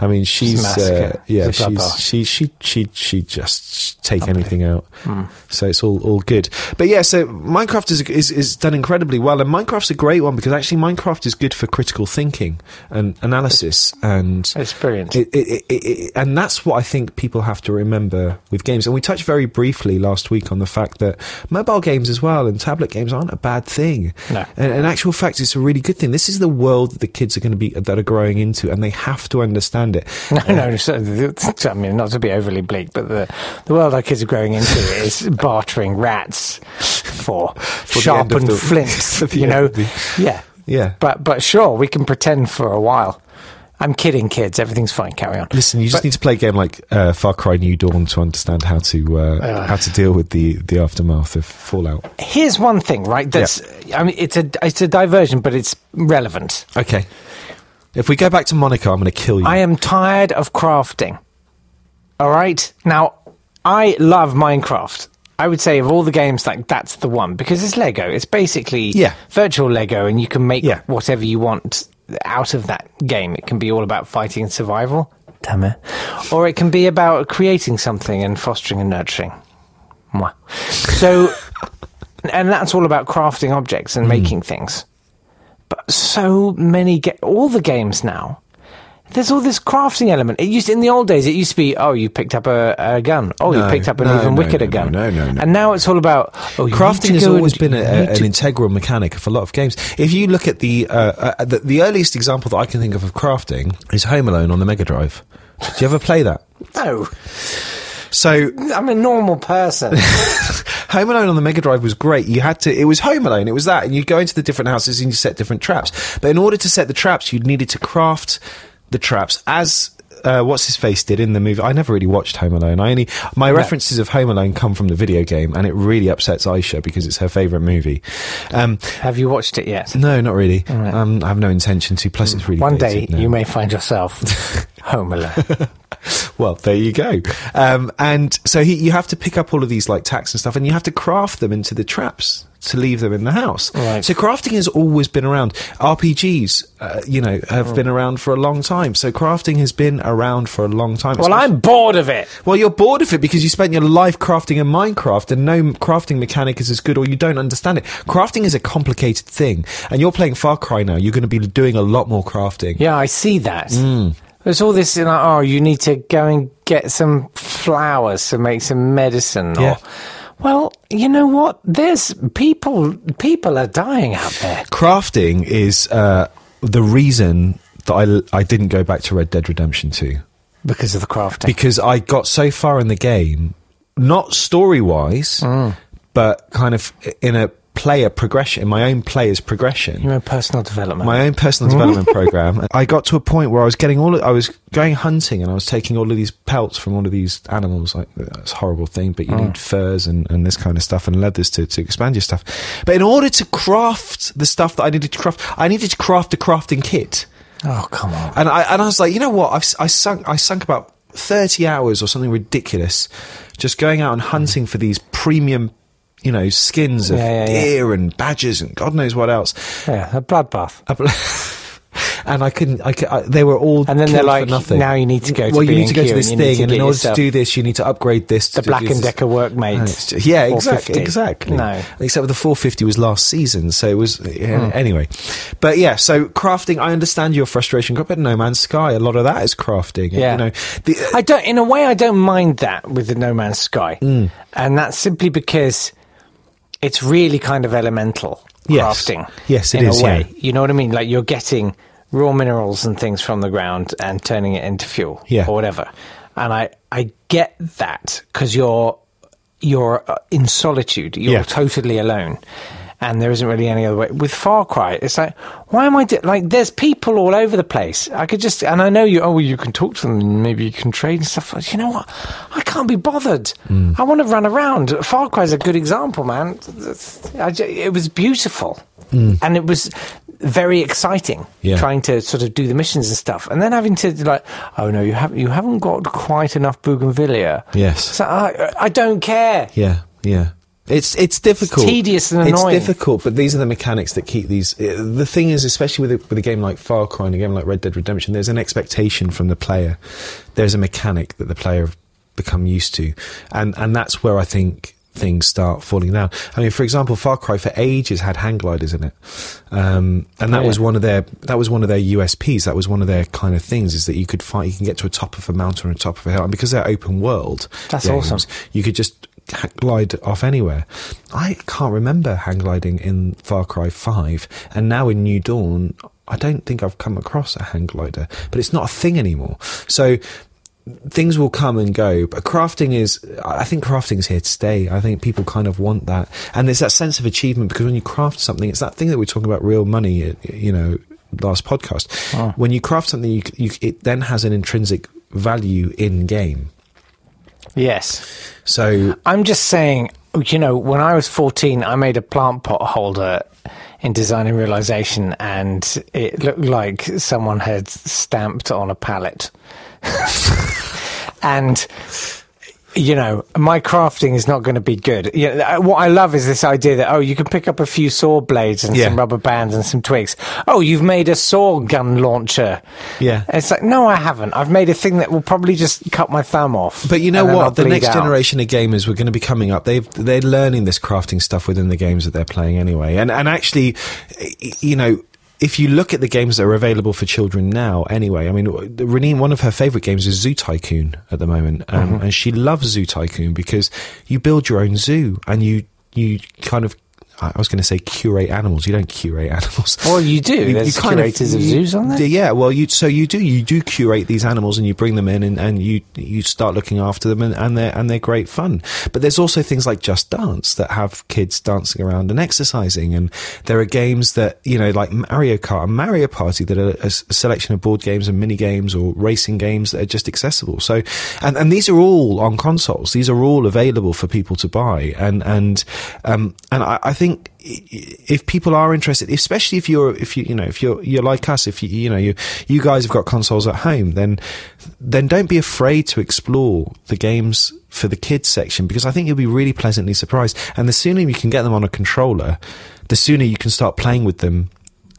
[SPEAKER 1] I mean, she's uh,
[SPEAKER 2] massacre.
[SPEAKER 1] yeah,
[SPEAKER 2] It's a bloodbath.
[SPEAKER 1] she's she she she she just take anything out.
[SPEAKER 2] Hmm.
[SPEAKER 1] So it's all all good. But yeah, so Minecraft is, is is done incredibly well, and Minecraft's a great one because actually Minecraft is good for critical thinking and analysis, and
[SPEAKER 2] It's brilliant.
[SPEAKER 1] it, it, it, it, and that's what I think people have to remember with games. And we touched very briefly last week on the fact that mobile games as well and tablet games aren't a bad thing.
[SPEAKER 2] No.
[SPEAKER 1] And in actual fact, it's a really good thing. This is the world that the kids are going to be that are growing into, and they have to understand it.
[SPEAKER 2] No, no, so, th- I mean, not to be overly bleak, but the, the world our kids are growing into is bartering rats for,
[SPEAKER 1] end of
[SPEAKER 2] sharpened
[SPEAKER 1] the-
[SPEAKER 2] flints,
[SPEAKER 1] for the
[SPEAKER 2] you
[SPEAKER 1] end
[SPEAKER 2] know?
[SPEAKER 1] of the-
[SPEAKER 2] yeah.
[SPEAKER 1] Yeah.
[SPEAKER 2] But, but sure, we can pretend for a while. I'm kidding, kids. Everything's fine. Carry on.
[SPEAKER 1] Listen, you just need to play a game like uh, Far Cry New Dawn to understand how to uh, how to deal with the, the aftermath of Fallout.
[SPEAKER 2] Here's one thing, right? That's, I mean, it's a, it's a diversion, but it's relevant.
[SPEAKER 1] Okay. If we go back to Monaco, I'm going to kill you.
[SPEAKER 2] I am tired of crafting. All right. Now, I love Minecraft. I would say of all the games, like that's the one because it's Lego. It's basically
[SPEAKER 1] Yeah.
[SPEAKER 2] virtual Lego, and you can make
[SPEAKER 1] Yeah.
[SPEAKER 2] whatever you want out of that game. It can be all about fighting and survival, damn it, or it can be about creating something and fostering and nurturing. Mwah. So, and that's all about crafting objects and making things. But so many ga- all the games now there's all this crafting element. It used in the old days. It used to be, oh, you picked up a, a gun. Oh,
[SPEAKER 1] No,
[SPEAKER 2] you picked up an
[SPEAKER 1] no,
[SPEAKER 2] even
[SPEAKER 1] no,
[SPEAKER 2] wickeder
[SPEAKER 1] no,
[SPEAKER 2] gun.
[SPEAKER 1] no, no, no,
[SPEAKER 2] and now it's all about oh, you need
[SPEAKER 1] Crafting
[SPEAKER 2] to
[SPEAKER 1] has
[SPEAKER 2] go
[SPEAKER 1] always
[SPEAKER 2] and-
[SPEAKER 1] been a,
[SPEAKER 2] you
[SPEAKER 1] a-
[SPEAKER 2] need
[SPEAKER 1] an
[SPEAKER 2] to-
[SPEAKER 1] integral mechanic of a lot of games. If you look at the, uh, uh, the the earliest example that I can think of of crafting is Home Alone on the Mega Drive. Do you ever play that?
[SPEAKER 2] no.
[SPEAKER 1] So
[SPEAKER 2] I'm a normal person.
[SPEAKER 1] Home Alone on the Mega Drive was great. You had to, it was Home Alone, it was that, and you'd go into the different houses and you set different traps. But in order to set the traps, you needed to craft the traps as. Uh, what's his face did in the movie? I never really watched Home Alone. I only my references of Home Alone come from the video game, and it really upsets Aisha because it's her favorite movie. Um,
[SPEAKER 2] Have you watched it yet?
[SPEAKER 1] no, not really. Um, I have no intention to. Plus, it's really
[SPEAKER 2] One day
[SPEAKER 1] dated now.
[SPEAKER 2] you may find yourself home alone.
[SPEAKER 1] Well, there you go. Um, and so he, you have to pick up all of these like tacks and stuff, and you have to craft them into the traps to leave them in the house.
[SPEAKER 2] Right.
[SPEAKER 1] So crafting has always been around. RPGs, uh, you know,
[SPEAKER 2] Oh.
[SPEAKER 1] have been around for a long time. So crafting has been around for a long time.
[SPEAKER 2] well,
[SPEAKER 1] especially-
[SPEAKER 2] I'm bored of it.
[SPEAKER 1] well, you're bored of it because you spent your life crafting in Minecraft and no crafting mechanic is as good or you don't understand it. Crafting is a complicated thing, and you're playing Far Cry now. You're going to be doing a lot more crafting.
[SPEAKER 2] Yeah, I see that.
[SPEAKER 1] Hmm.
[SPEAKER 2] There's all this, you know, oh, you need to go and get some flowers to make some medicine.
[SPEAKER 1] Yeah.
[SPEAKER 2] Or, well, you know what? There's people, people are dying out there.
[SPEAKER 1] crafting is uh, the reason that I, I didn't go back to Red Dead Redemption 2
[SPEAKER 2] Because of the crafting.
[SPEAKER 1] because I got so far in the game, not story wise, but kind of in a player progression, in my own player's progression.
[SPEAKER 2] you know, personal development.
[SPEAKER 1] My own personal
[SPEAKER 2] Mm-hmm.
[SPEAKER 1] development program. I got to a point where I was getting all. Of, I was going hunting and I was taking all of these pelts from all of these animals. Like that's a horrible thing, but you
[SPEAKER 2] Mm.
[SPEAKER 1] need furs and, and this kind of stuff and leathers to, to expand your stuff. But in order to craft the stuff that I needed to craft, I needed to craft a crafting kit.
[SPEAKER 2] oh, come on.
[SPEAKER 1] And I and I was like, you know what? I've, si sunk I sunk about thirty hours or something ridiculous, just going out and hunting for these premium, you know, skins of
[SPEAKER 2] Yeah, yeah, yeah.
[SPEAKER 1] deer and badgers and God knows what else.
[SPEAKER 2] Yeah, a bloodbath.
[SPEAKER 1] I bel- and I couldn't. I, cou- I they were all
[SPEAKER 2] And then they're
[SPEAKER 1] killed for
[SPEAKER 2] like,
[SPEAKER 1] nothing.
[SPEAKER 2] now you need to go to
[SPEAKER 1] well, you need to go
[SPEAKER 2] B&Q
[SPEAKER 1] to this
[SPEAKER 2] and you need
[SPEAKER 1] thing,
[SPEAKER 2] to
[SPEAKER 1] and
[SPEAKER 2] get
[SPEAKER 1] in order
[SPEAKER 2] yourself
[SPEAKER 1] to do this, you need to upgrade this. To
[SPEAKER 2] the
[SPEAKER 1] do
[SPEAKER 2] Black
[SPEAKER 1] this,
[SPEAKER 2] and
[SPEAKER 1] this.
[SPEAKER 2] Decker
[SPEAKER 1] And
[SPEAKER 2] workmates.
[SPEAKER 1] it's ju- yeah, exactly,
[SPEAKER 2] 450.
[SPEAKER 1] exactly.
[SPEAKER 2] No. Hmm.
[SPEAKER 1] except for the 450 was last season, so it was yeah, anyway. But yeah, so crafting. I understand your frustration, but No Man's Sky, a lot of that is crafting.
[SPEAKER 2] Yeah.
[SPEAKER 1] you know, the,
[SPEAKER 2] I don't. In a way, I don't mind that with the No Man's Sky,
[SPEAKER 1] Mm.
[SPEAKER 2] and that's simply because it's really kind of elemental
[SPEAKER 1] Yes.
[SPEAKER 2] crafting.
[SPEAKER 1] Yes, it
[SPEAKER 2] in
[SPEAKER 1] is,
[SPEAKER 2] A way,
[SPEAKER 1] yeah.
[SPEAKER 2] you know what I mean. Like you're getting raw minerals and things from the ground and turning it into fuel,
[SPEAKER 1] Yeah.
[SPEAKER 2] or whatever. And I, I get that because you're you're uh, in solitude. You're
[SPEAKER 1] Yeah.
[SPEAKER 2] totally alone. And there isn't really any other way. With Far Cry, it's like, why am I do- like? There's people all over the place. I could just, and I know you. Oh, well, you can talk to them, and maybe you can trade and stuff. But you know what? I can't be bothered.
[SPEAKER 1] Hmm.
[SPEAKER 2] I want to run around. Far Cry's a good example, man. That's- I ju- it was beautiful, and it was very exciting
[SPEAKER 1] Hmm. Yeah.
[SPEAKER 2] trying to sort of do the missions and stuff, and then having to like, oh no, you haven't, you haven't got quite enough bougainvillea.
[SPEAKER 1] Yes.
[SPEAKER 2] so I, I don't care.
[SPEAKER 1] Yeah, yeah. It's it's difficult,
[SPEAKER 2] tedious and annoying.
[SPEAKER 1] It's difficult, but these are the mechanics that keep these. uh, The thing is, especially with a, with a game like Far Cry and a game like Red Dead Redemption, there's an expectation from the player. There's a mechanic that the player have become used to, and and that's where I think things start falling down. I mean, for example, Far Cry for ages had hang gliders in it, um, and that
[SPEAKER 2] Oh, yeah.
[SPEAKER 1] was one of their that was one of their USPs. That was one of their kind of things is that you could find you can get to a top of a mountain or a top of a hill, and because they're open world,
[SPEAKER 2] That's
[SPEAKER 1] games,
[SPEAKER 2] awesome.
[SPEAKER 1] you could just ha- glide off anywhere. I can't remember hang gliding in Far Cry 5, and now in New Dawn, I don't think I've come across a hang glider, but it's not a thing anymore. So things will come and go, but crafting is, I think crafting is here to stay. I think people kind of want that. And there's that sense of achievement because when you craft something, it's that thing that we're talking about real money, you know, last podcast. When you craft something, you, you, it then has an intrinsic value in game.
[SPEAKER 2] Yes.
[SPEAKER 1] So
[SPEAKER 2] I'm just saying, you know, when I was 14, I made a plant pot holder in Design and Realization, and it looked like someone had stamped on a pallet. and. You know, my crafting is not going to be good. You know, I- what I love is this idea that oh, you can pick up a few saw blades and
[SPEAKER 1] Yeah.
[SPEAKER 2] some rubber bands and some twigs. Oh, you've made a saw gun launcher.
[SPEAKER 1] Yeah.
[SPEAKER 2] it's like no, I haven't. I've made a thing that will probably just cut my thumb off.
[SPEAKER 1] But you know
[SPEAKER 2] and then I'll
[SPEAKER 1] what? The
[SPEAKER 2] bleed
[SPEAKER 1] next
[SPEAKER 2] out.
[SPEAKER 1] generation of gamers we're going to be coming up. They've they're learning this crafting stuff within the games that they're playing anyway. And and actually, y- you know. If you look at the games that are available for children now, anyway, I mean, Reneen, one of her favorite games is Zoo Tycoon at the moment, um,
[SPEAKER 2] Mm-hmm.
[SPEAKER 1] and she loves Zoo Tycoon because you build your own zoo and you you kind of, I I was going to say curate animals. You don't curate animals.
[SPEAKER 2] Well, you do. There's curators of zoos, aren't there?
[SPEAKER 1] Yeah, well, you so you do you do curate these animals and you bring them in and, and you you start looking after them and, and they're and they're great fun. But there's also things like Just Dance that have kids dancing around and exercising, and there are games that you know like Mario Kart and Mario Party that are a, s- a selection of board games and mini games or racing games that are just accessible. So, and and these are all on consoles. These are all available for people to buy, and and um and I, I think if people are interested, especially if you're if you you know if you're you're like us, if you you know you you guys have got consoles at home, then then don't be afraid to explore the games for the kids section because I think you'll be really pleasantly surprised. And the sooner you can get them on a controller, the sooner you can start playing with them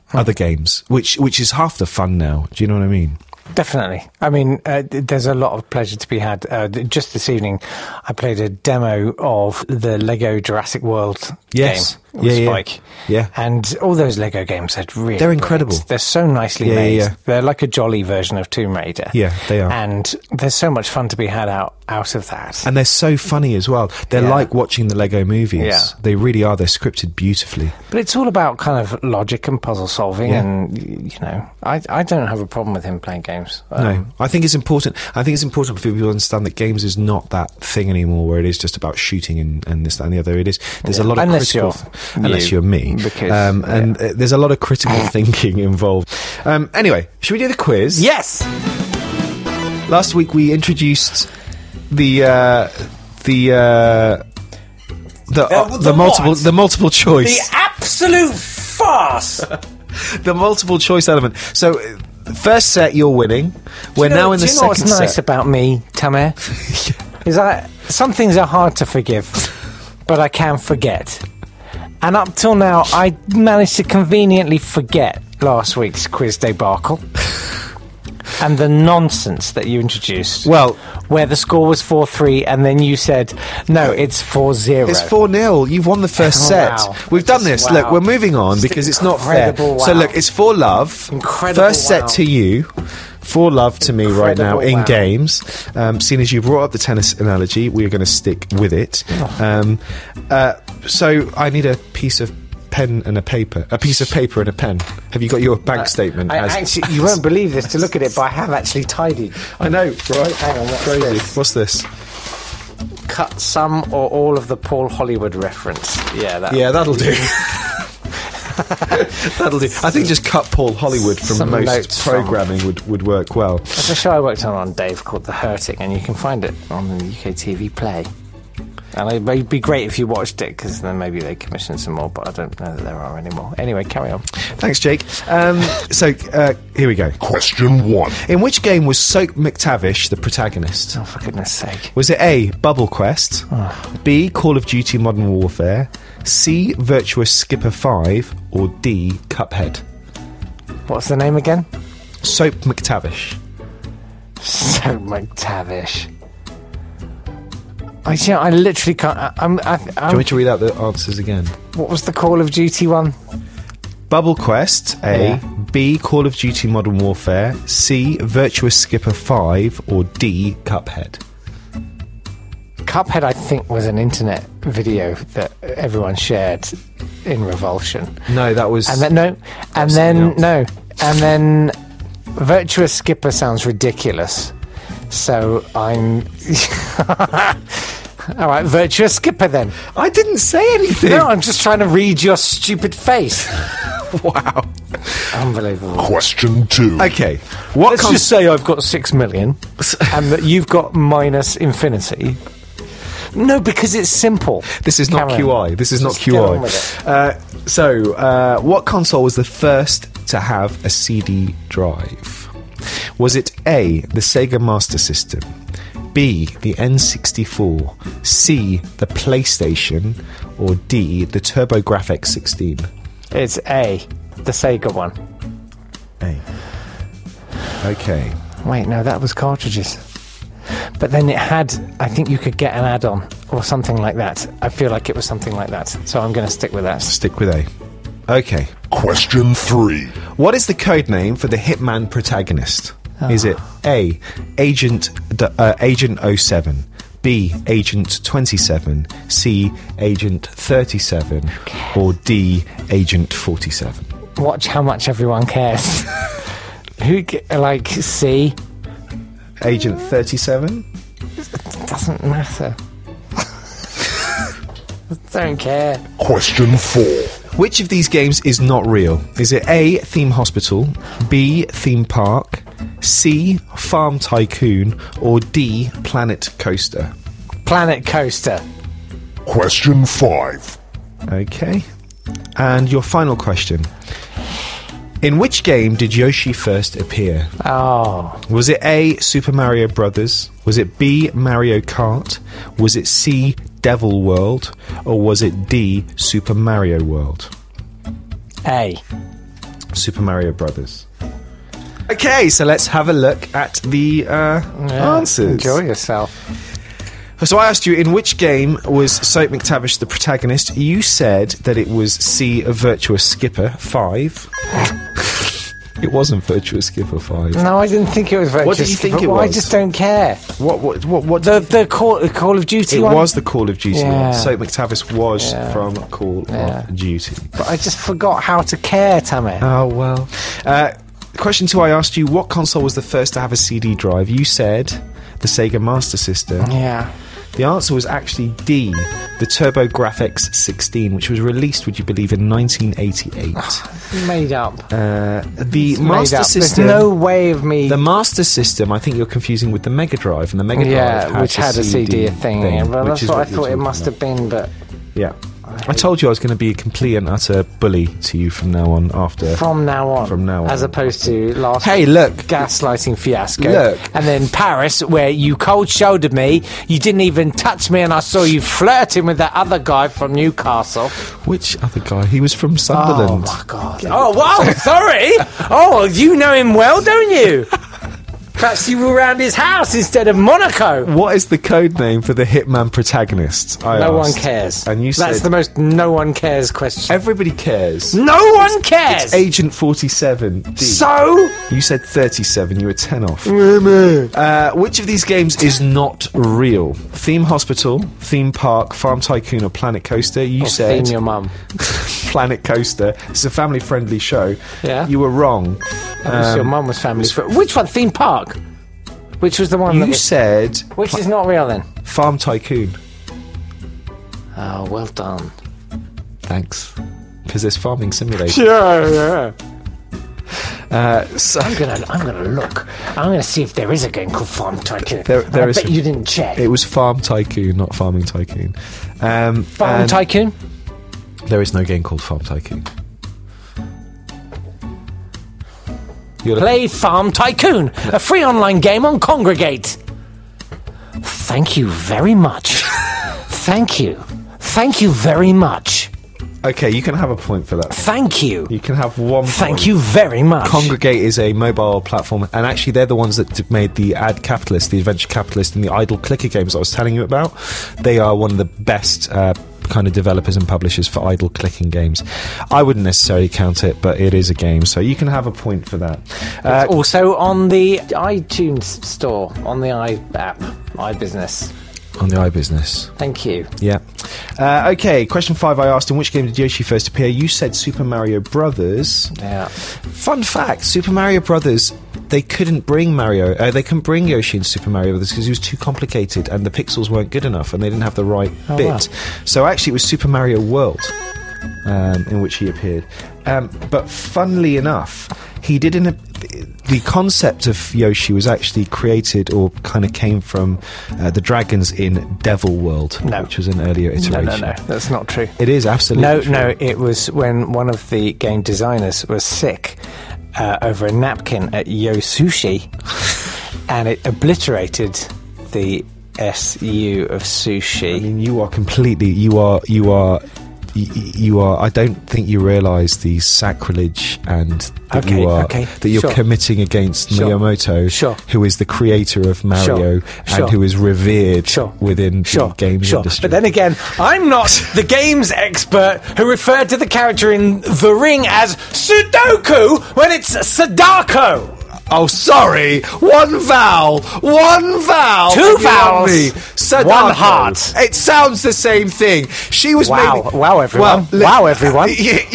[SPEAKER 2] Hmm.
[SPEAKER 1] other games, which which is half the fun now. Do you know what I mean?
[SPEAKER 2] Definitely. I mean, uh, th- there's a lot of pleasure to be had. Uh, th- just this evening, I played a demo of the Lego Jurassic World
[SPEAKER 1] Yes.
[SPEAKER 2] game with
[SPEAKER 1] Yeah, yeah.
[SPEAKER 2] Spike.
[SPEAKER 1] Yeah.
[SPEAKER 2] And all those Lego games are really
[SPEAKER 1] They're
[SPEAKER 2] brilliant.
[SPEAKER 1] incredible.
[SPEAKER 2] They're so nicely
[SPEAKER 1] Yeah, yeah,
[SPEAKER 2] made.
[SPEAKER 1] yeah.
[SPEAKER 2] They're like a jolly version of Tomb Raider.
[SPEAKER 1] Yeah, they are.
[SPEAKER 2] And there's so much fun to be had out, out of that.
[SPEAKER 1] And they're so funny as well. They're
[SPEAKER 2] Yeah.
[SPEAKER 1] like watching the Lego movies.
[SPEAKER 2] Yeah.
[SPEAKER 1] They really are. They're scripted beautifully.
[SPEAKER 2] But it's all about kind of logic and puzzle solving.
[SPEAKER 1] Yeah.
[SPEAKER 2] And, y- you know, I, I don't have a problem with him playing games. Um,
[SPEAKER 1] No, I think it's important. I think it's important for people to understand that games is not that thing anymore, where it is just about shooting and, and this that and the other. It is there's a lot of
[SPEAKER 2] Unless
[SPEAKER 1] critical,
[SPEAKER 2] you're
[SPEAKER 1] unless
[SPEAKER 2] you,
[SPEAKER 1] you're me,
[SPEAKER 2] because-
[SPEAKER 1] um, and uh, there's a lot of critical thinking involved. Um, anyway, should we do the quiz?
[SPEAKER 2] Yes!
[SPEAKER 1] Last week we introduced the uh, the. Uh, the, uh, the
[SPEAKER 2] The- the
[SPEAKER 1] multiple
[SPEAKER 2] what?
[SPEAKER 1] the multiple choice
[SPEAKER 2] The absolute farce!
[SPEAKER 1] the multiple choice element so uh, first set you're winning we're
[SPEAKER 2] You know-
[SPEAKER 1] now in
[SPEAKER 2] do
[SPEAKER 1] the
[SPEAKER 2] you know
[SPEAKER 1] second
[SPEAKER 2] what's nice
[SPEAKER 1] set
[SPEAKER 2] about me, Tamer? Is that some things are hard to forgive, but I can forget. And up till now, I managed to conveniently forget last week's quiz debacle and the nonsense that you introduced.
[SPEAKER 1] Well-
[SPEAKER 2] where the score was 4 3, and then you said, no, it's 4 0.
[SPEAKER 1] It's 4 0. You've won the first
[SPEAKER 2] Oh,
[SPEAKER 1] set.
[SPEAKER 2] wow.
[SPEAKER 1] We've done
[SPEAKER 2] Just
[SPEAKER 1] this.
[SPEAKER 2] wow.
[SPEAKER 1] Look, we're moving on because it's not fair.
[SPEAKER 2] incredible
[SPEAKER 1] So,
[SPEAKER 2] wow.
[SPEAKER 1] look, it's for love.
[SPEAKER 2] Incredible
[SPEAKER 1] First set
[SPEAKER 2] wow.
[SPEAKER 1] to you. For love to me right now
[SPEAKER 2] Incredible
[SPEAKER 1] in
[SPEAKER 2] wow.
[SPEAKER 1] games. Um, seeing as you brought up the tennis analogy, we are going to stick with it.
[SPEAKER 2] Oh.
[SPEAKER 1] Um, uh, so, I need a piece of pen and a paper. A piece of paper and a pen. Have you got your bank statement?
[SPEAKER 2] Uh, I
[SPEAKER 1] as-
[SPEAKER 2] actually, you won't believe this to look at it, but I have actually tidied.
[SPEAKER 1] I know, right?
[SPEAKER 2] Hang on, what's
[SPEAKER 1] Crazy.
[SPEAKER 2] this?
[SPEAKER 1] What's this?
[SPEAKER 2] Cut some or all of the Paul Hollywood reference. Yeah, that.
[SPEAKER 1] Yeah, that'll do. that'll do. I think just cut Paul Hollywood from
[SPEAKER 2] Some notes
[SPEAKER 1] most
[SPEAKER 2] from-
[SPEAKER 1] programming would, would work well.
[SPEAKER 2] There's a show I worked on on Dave called The Hurting, and you can find it on the UK TV Play. And it would be great if you watched it, because then maybe they commissioned some more, but I don't know that there are any more. Anyway, carry on.
[SPEAKER 1] Thanks, Jake. Um, so uh, here we go.
[SPEAKER 6] Question one.
[SPEAKER 1] In which game was Soap McTavish the protagonist?
[SPEAKER 2] Oh, for goodness sake.
[SPEAKER 1] Was it A. Bubble Quest, B. Call of Duty Modern Warfare, C. Virtuous Skipper Five, or D. Cuphead?
[SPEAKER 2] What's the name again?
[SPEAKER 1] Soap McTavish.
[SPEAKER 2] So McTavish. I, you know, I literally can't. I, I'm, I,
[SPEAKER 1] Do you want me
[SPEAKER 2] I'm,
[SPEAKER 1] to read out the answers again?
[SPEAKER 2] what was the Call of Duty one?
[SPEAKER 1] Bubble Quest A,
[SPEAKER 2] Yeah.
[SPEAKER 1] B Call of Duty Modern Warfare, C Virtuous Skipper 5 or D Cuphead.
[SPEAKER 2] Cuphead, I think, was an internet video that everyone shared in revulsion.
[SPEAKER 1] No, that was
[SPEAKER 2] And then no, and then no, and then virtuous skipper sounds ridiculous. So I'm all right, virtuous skipper then.
[SPEAKER 1] I didn't say anything.
[SPEAKER 2] No, I'm just trying to read your stupid face.
[SPEAKER 1] wow.
[SPEAKER 2] Unbelievable.
[SPEAKER 6] Question two.
[SPEAKER 1] Okay. What
[SPEAKER 2] Let's
[SPEAKER 1] con-
[SPEAKER 2] just say I've got six million, and that you've got minus infinity. No, because it's simple.
[SPEAKER 1] This is not
[SPEAKER 2] Carry on.
[SPEAKER 1] QI. This is not
[SPEAKER 2] Just get on
[SPEAKER 1] QI.
[SPEAKER 2] with it.
[SPEAKER 1] Uh, so, uh, what console was the first to have a CD drive? Was it A, the Sega Master System, B, the N64, C, the PlayStation, or D, the TurboGrafx 16?
[SPEAKER 2] It's A, the Sega one.
[SPEAKER 1] A. Okay.
[SPEAKER 2] Wait, no, that was cartridges. But then it had, I think you could get an add on or something like that. I feel like it was something like that. So I'm going to stick with that.
[SPEAKER 1] Stick with A. Okay.
[SPEAKER 6] Question three.
[SPEAKER 1] What is the code name for the Hitman protagonist? Is it A, Agent D- uh, Agent 07, B, Agent 27, C, Agent 37, or D, Agent 47?
[SPEAKER 2] Watch how much everyone cares. Who, g- like, C?
[SPEAKER 1] Agent 37?
[SPEAKER 2] Doesn't matter. Don't care.
[SPEAKER 6] Question four.
[SPEAKER 1] Which of these games is not real? Is it A, Theme Hospital, B, Theme Park, C, Farm Tycoon, or D, Planet Coaster?
[SPEAKER 2] Planet Coaster.
[SPEAKER 6] Question five.
[SPEAKER 1] Okay. And your final question. In which game did Yoshi first appear?
[SPEAKER 2] Oh,
[SPEAKER 1] Was it A, Super Mario Brothers? Was it B, Mario Kart? Was it C, Devil World? Or was it D, Super Mario World?
[SPEAKER 2] A.
[SPEAKER 1] Super Mario Brothers. Okay, so let's have a look at the uh,
[SPEAKER 2] Yeah,
[SPEAKER 1] answers.
[SPEAKER 2] Enjoy yourself.
[SPEAKER 1] So I asked you in which game was Soap McTavish the protagonist? You said that it was C, a Virtuous Skipper 5. it wasn't Virtuous Skipper 5.
[SPEAKER 2] No, I didn't think it was very
[SPEAKER 1] What did you think it
[SPEAKER 2] I
[SPEAKER 1] was?
[SPEAKER 2] just don't care.
[SPEAKER 1] What, what, what, what
[SPEAKER 2] The, the, Call, the Call of Duty
[SPEAKER 1] It
[SPEAKER 2] one.
[SPEAKER 1] was the Call of Duty
[SPEAKER 2] Yeah.
[SPEAKER 1] one. Soap McTavish was
[SPEAKER 2] Yeah.
[SPEAKER 1] from Call
[SPEAKER 2] Yeah.
[SPEAKER 1] of Duty.
[SPEAKER 2] But I just forgot how to care, Tammy.
[SPEAKER 1] Oh, well. Uh, question two I asked you what console was the first to have a CD drive? You said the Sega Master System.
[SPEAKER 2] yeah.
[SPEAKER 1] The answer was actually D, the TurboGrafx 16, which was released, would you believe, in
[SPEAKER 2] Ah.
[SPEAKER 1] 1988.
[SPEAKER 2] Made up.
[SPEAKER 1] Uh, the
[SPEAKER 2] Made
[SPEAKER 1] Master
[SPEAKER 2] up.
[SPEAKER 1] System.
[SPEAKER 2] There's no way of me.
[SPEAKER 1] the Master System. I think you're confusing with the Mega Drive, and the Mega Drive,
[SPEAKER 2] yeah, which had a CD,
[SPEAKER 1] thing,
[SPEAKER 2] thing. Well,
[SPEAKER 1] which
[SPEAKER 2] that's
[SPEAKER 1] is
[SPEAKER 2] what I
[SPEAKER 1] you're
[SPEAKER 2] thought it
[SPEAKER 1] talking
[SPEAKER 2] must
[SPEAKER 1] about.
[SPEAKER 2] have been, but
[SPEAKER 1] Yeah.
[SPEAKER 2] I
[SPEAKER 1] I told you I was going to be a complete and utter bully to you from now on. After
[SPEAKER 2] From now on.
[SPEAKER 1] From now on.
[SPEAKER 2] As opposed to last
[SPEAKER 1] Hey, look.
[SPEAKER 2] gaslighting fiasco.
[SPEAKER 1] Look.
[SPEAKER 2] And then Paris, where you cold shouldered me, you didn't even touch me, and I saw you flirting with that other guy from Newcastle.
[SPEAKER 1] which other guy? He was from
[SPEAKER 2] Oh,
[SPEAKER 1] Sunderland.
[SPEAKER 2] my God. Oh, wow, sorry. Oh, you know him well, don't you? Perhaps you were around his house instead of Monaco.
[SPEAKER 1] what is the code name for the Hitman protagonist? I
[SPEAKER 2] No one
[SPEAKER 1] asked.
[SPEAKER 2] cares.
[SPEAKER 1] And you
[SPEAKER 2] That's
[SPEAKER 1] said-
[SPEAKER 2] the most no one cares question.
[SPEAKER 1] Everybody cares.
[SPEAKER 2] no one cares.
[SPEAKER 1] Agent 47. D.
[SPEAKER 2] so
[SPEAKER 1] you said 37. You were 10 off. Uh, which of these games is not real? Theme Hospital, Theme Park, Farm Tycoon, or Planet Coaster? You said
[SPEAKER 2] Oh, theme your mum.
[SPEAKER 1] Planet Coaster. It's a family-friendly show.
[SPEAKER 2] Yeah.
[SPEAKER 1] You were wrong.
[SPEAKER 2] Because your mum was family. fr- Um, Which one? Theme park. Which was the one that
[SPEAKER 1] You
[SPEAKER 2] was,
[SPEAKER 1] said
[SPEAKER 2] which is not real then?
[SPEAKER 1] Farm Tycoon.
[SPEAKER 2] Oh, well done.
[SPEAKER 1] Thanks. Because there's Farming Simulator.
[SPEAKER 2] Yeah, yeah.
[SPEAKER 1] Uh, So-
[SPEAKER 2] I'm gonna, I'm gonna look. I'm gonna see if there is a game called Farm Tycoon.
[SPEAKER 1] There-
[SPEAKER 2] And
[SPEAKER 1] there
[SPEAKER 2] I
[SPEAKER 1] is-
[SPEAKER 2] bet you didn't check.
[SPEAKER 1] it was Farm Tycoon, not Farming Tycoon. Um,
[SPEAKER 2] Farm
[SPEAKER 1] and
[SPEAKER 2] Tycoon.
[SPEAKER 1] There is no game called Farm Tycoon. You're looking-
[SPEAKER 2] Play Farm Tycoon, a free online game on Congregate. Thank you very much. Thank you. Thank you very much.
[SPEAKER 1] okay, you can have a point for that.
[SPEAKER 2] Thank you.
[SPEAKER 1] You can have one.
[SPEAKER 2] Thank
[SPEAKER 1] point.
[SPEAKER 2] you very much.
[SPEAKER 1] Congregate is a mobile platform, and actually, they're the ones that d- made the Ad Capitalist, the Adventure Capitalist, and the Idle Clicker games I was telling you about. They are one of the best uh, kind of developers and publishers for idle clicking games. I wouldn't necessarily count it, but it is a game, so you can have a point for that. Uh,
[SPEAKER 2] also on the iTunes store, on the i app, iBusiness.
[SPEAKER 1] on the iBusiness.
[SPEAKER 2] Thank you.
[SPEAKER 1] Yeah. Uh, okay, question five I asked In which game did Yoshi first appear? You said Super Mario Brothers.
[SPEAKER 2] Yeah.
[SPEAKER 1] Fun fact: Super Mario Brothers. They couldn't bring Mario. Uh, they couldn't bring Yoshi in Super Mario Brothers because he was too complicated, and the pixels weren't good enough, and they didn't have the right bit.
[SPEAKER 2] Oh, wow.
[SPEAKER 1] So actually, it was Super Mario World um, in which he appeared. Um, but funnily enough, he didn't. ap- The concept of Yoshi was actually created or kind of came from uh, the dragons in Devil World,
[SPEAKER 2] No.
[SPEAKER 1] which was an earlier
[SPEAKER 2] No,
[SPEAKER 1] iteration.
[SPEAKER 2] no, no. That's not true.
[SPEAKER 1] It is absolutely
[SPEAKER 2] No,
[SPEAKER 1] true.
[SPEAKER 2] no. It was when one of the game designers was sick uh, over a napkin at Yo Sushi, and it obliterated the SU of
[SPEAKER 1] I
[SPEAKER 2] sushi.
[SPEAKER 1] mean, you are completely. You are. You are. y- y- You are. I don't think you realise the sacrilege and that
[SPEAKER 2] Okay,
[SPEAKER 1] you are
[SPEAKER 2] okay,
[SPEAKER 1] that you're
[SPEAKER 2] sure.
[SPEAKER 1] committing against
[SPEAKER 2] Sure.
[SPEAKER 1] Miyamoto,
[SPEAKER 2] Sure.
[SPEAKER 1] who is the creator of Mario and
[SPEAKER 2] Sure.
[SPEAKER 1] who is revered
[SPEAKER 2] Sure.
[SPEAKER 1] within
[SPEAKER 2] Sure,
[SPEAKER 1] the games
[SPEAKER 2] sure.
[SPEAKER 1] industry.
[SPEAKER 2] But then again, I'm not the games expert who referred to the character in The Ring as Sudoku when it's Sadako.
[SPEAKER 1] oh, sorry, one vowel, one vowel,
[SPEAKER 2] Two
[SPEAKER 1] and you're on
[SPEAKER 2] vowels,
[SPEAKER 1] me. Sadako.
[SPEAKER 2] one heart.
[SPEAKER 1] It sounds the same thing. She was
[SPEAKER 2] Wow,
[SPEAKER 1] maybe-
[SPEAKER 2] wow, everyone.
[SPEAKER 1] li-
[SPEAKER 2] Wow, everyone.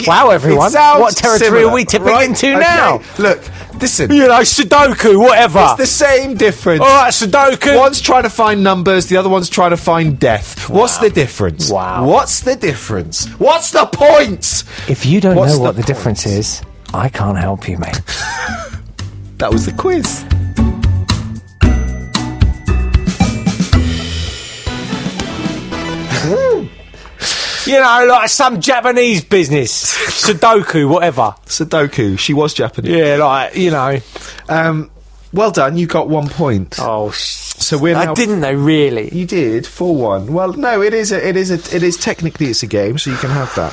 [SPEAKER 2] Wow, everyone.
[SPEAKER 1] It sounds
[SPEAKER 2] What territory
[SPEAKER 1] similar,
[SPEAKER 2] are we tipping
[SPEAKER 1] right?
[SPEAKER 2] into
[SPEAKER 1] Okay,
[SPEAKER 2] now?
[SPEAKER 1] Look, listen.
[SPEAKER 2] You know, Sudoku, whatever.
[SPEAKER 1] It's the same difference.
[SPEAKER 2] All right, Sudoku.
[SPEAKER 1] One's trying to find numbers, the other one's trying to find death. What's the difference?
[SPEAKER 2] Wow.
[SPEAKER 1] What's the difference? What's the point?
[SPEAKER 2] If you don't
[SPEAKER 1] What's
[SPEAKER 2] know
[SPEAKER 1] the
[SPEAKER 2] what the
[SPEAKER 1] point?
[SPEAKER 2] difference is, I can't help you, mate.
[SPEAKER 1] That was the quiz.
[SPEAKER 2] you know, like some Japanese business, Sudoku, whatever.
[SPEAKER 1] Sudoku, she was Japanese.
[SPEAKER 2] Yeah, like you know.
[SPEAKER 1] Um, well done, you got one point.
[SPEAKER 2] Oh, sh-
[SPEAKER 1] So we're now.
[SPEAKER 2] I didn't know really.
[SPEAKER 1] You did four one. Well, no, it is a, it is a, it is technically it's a game, so you can have that.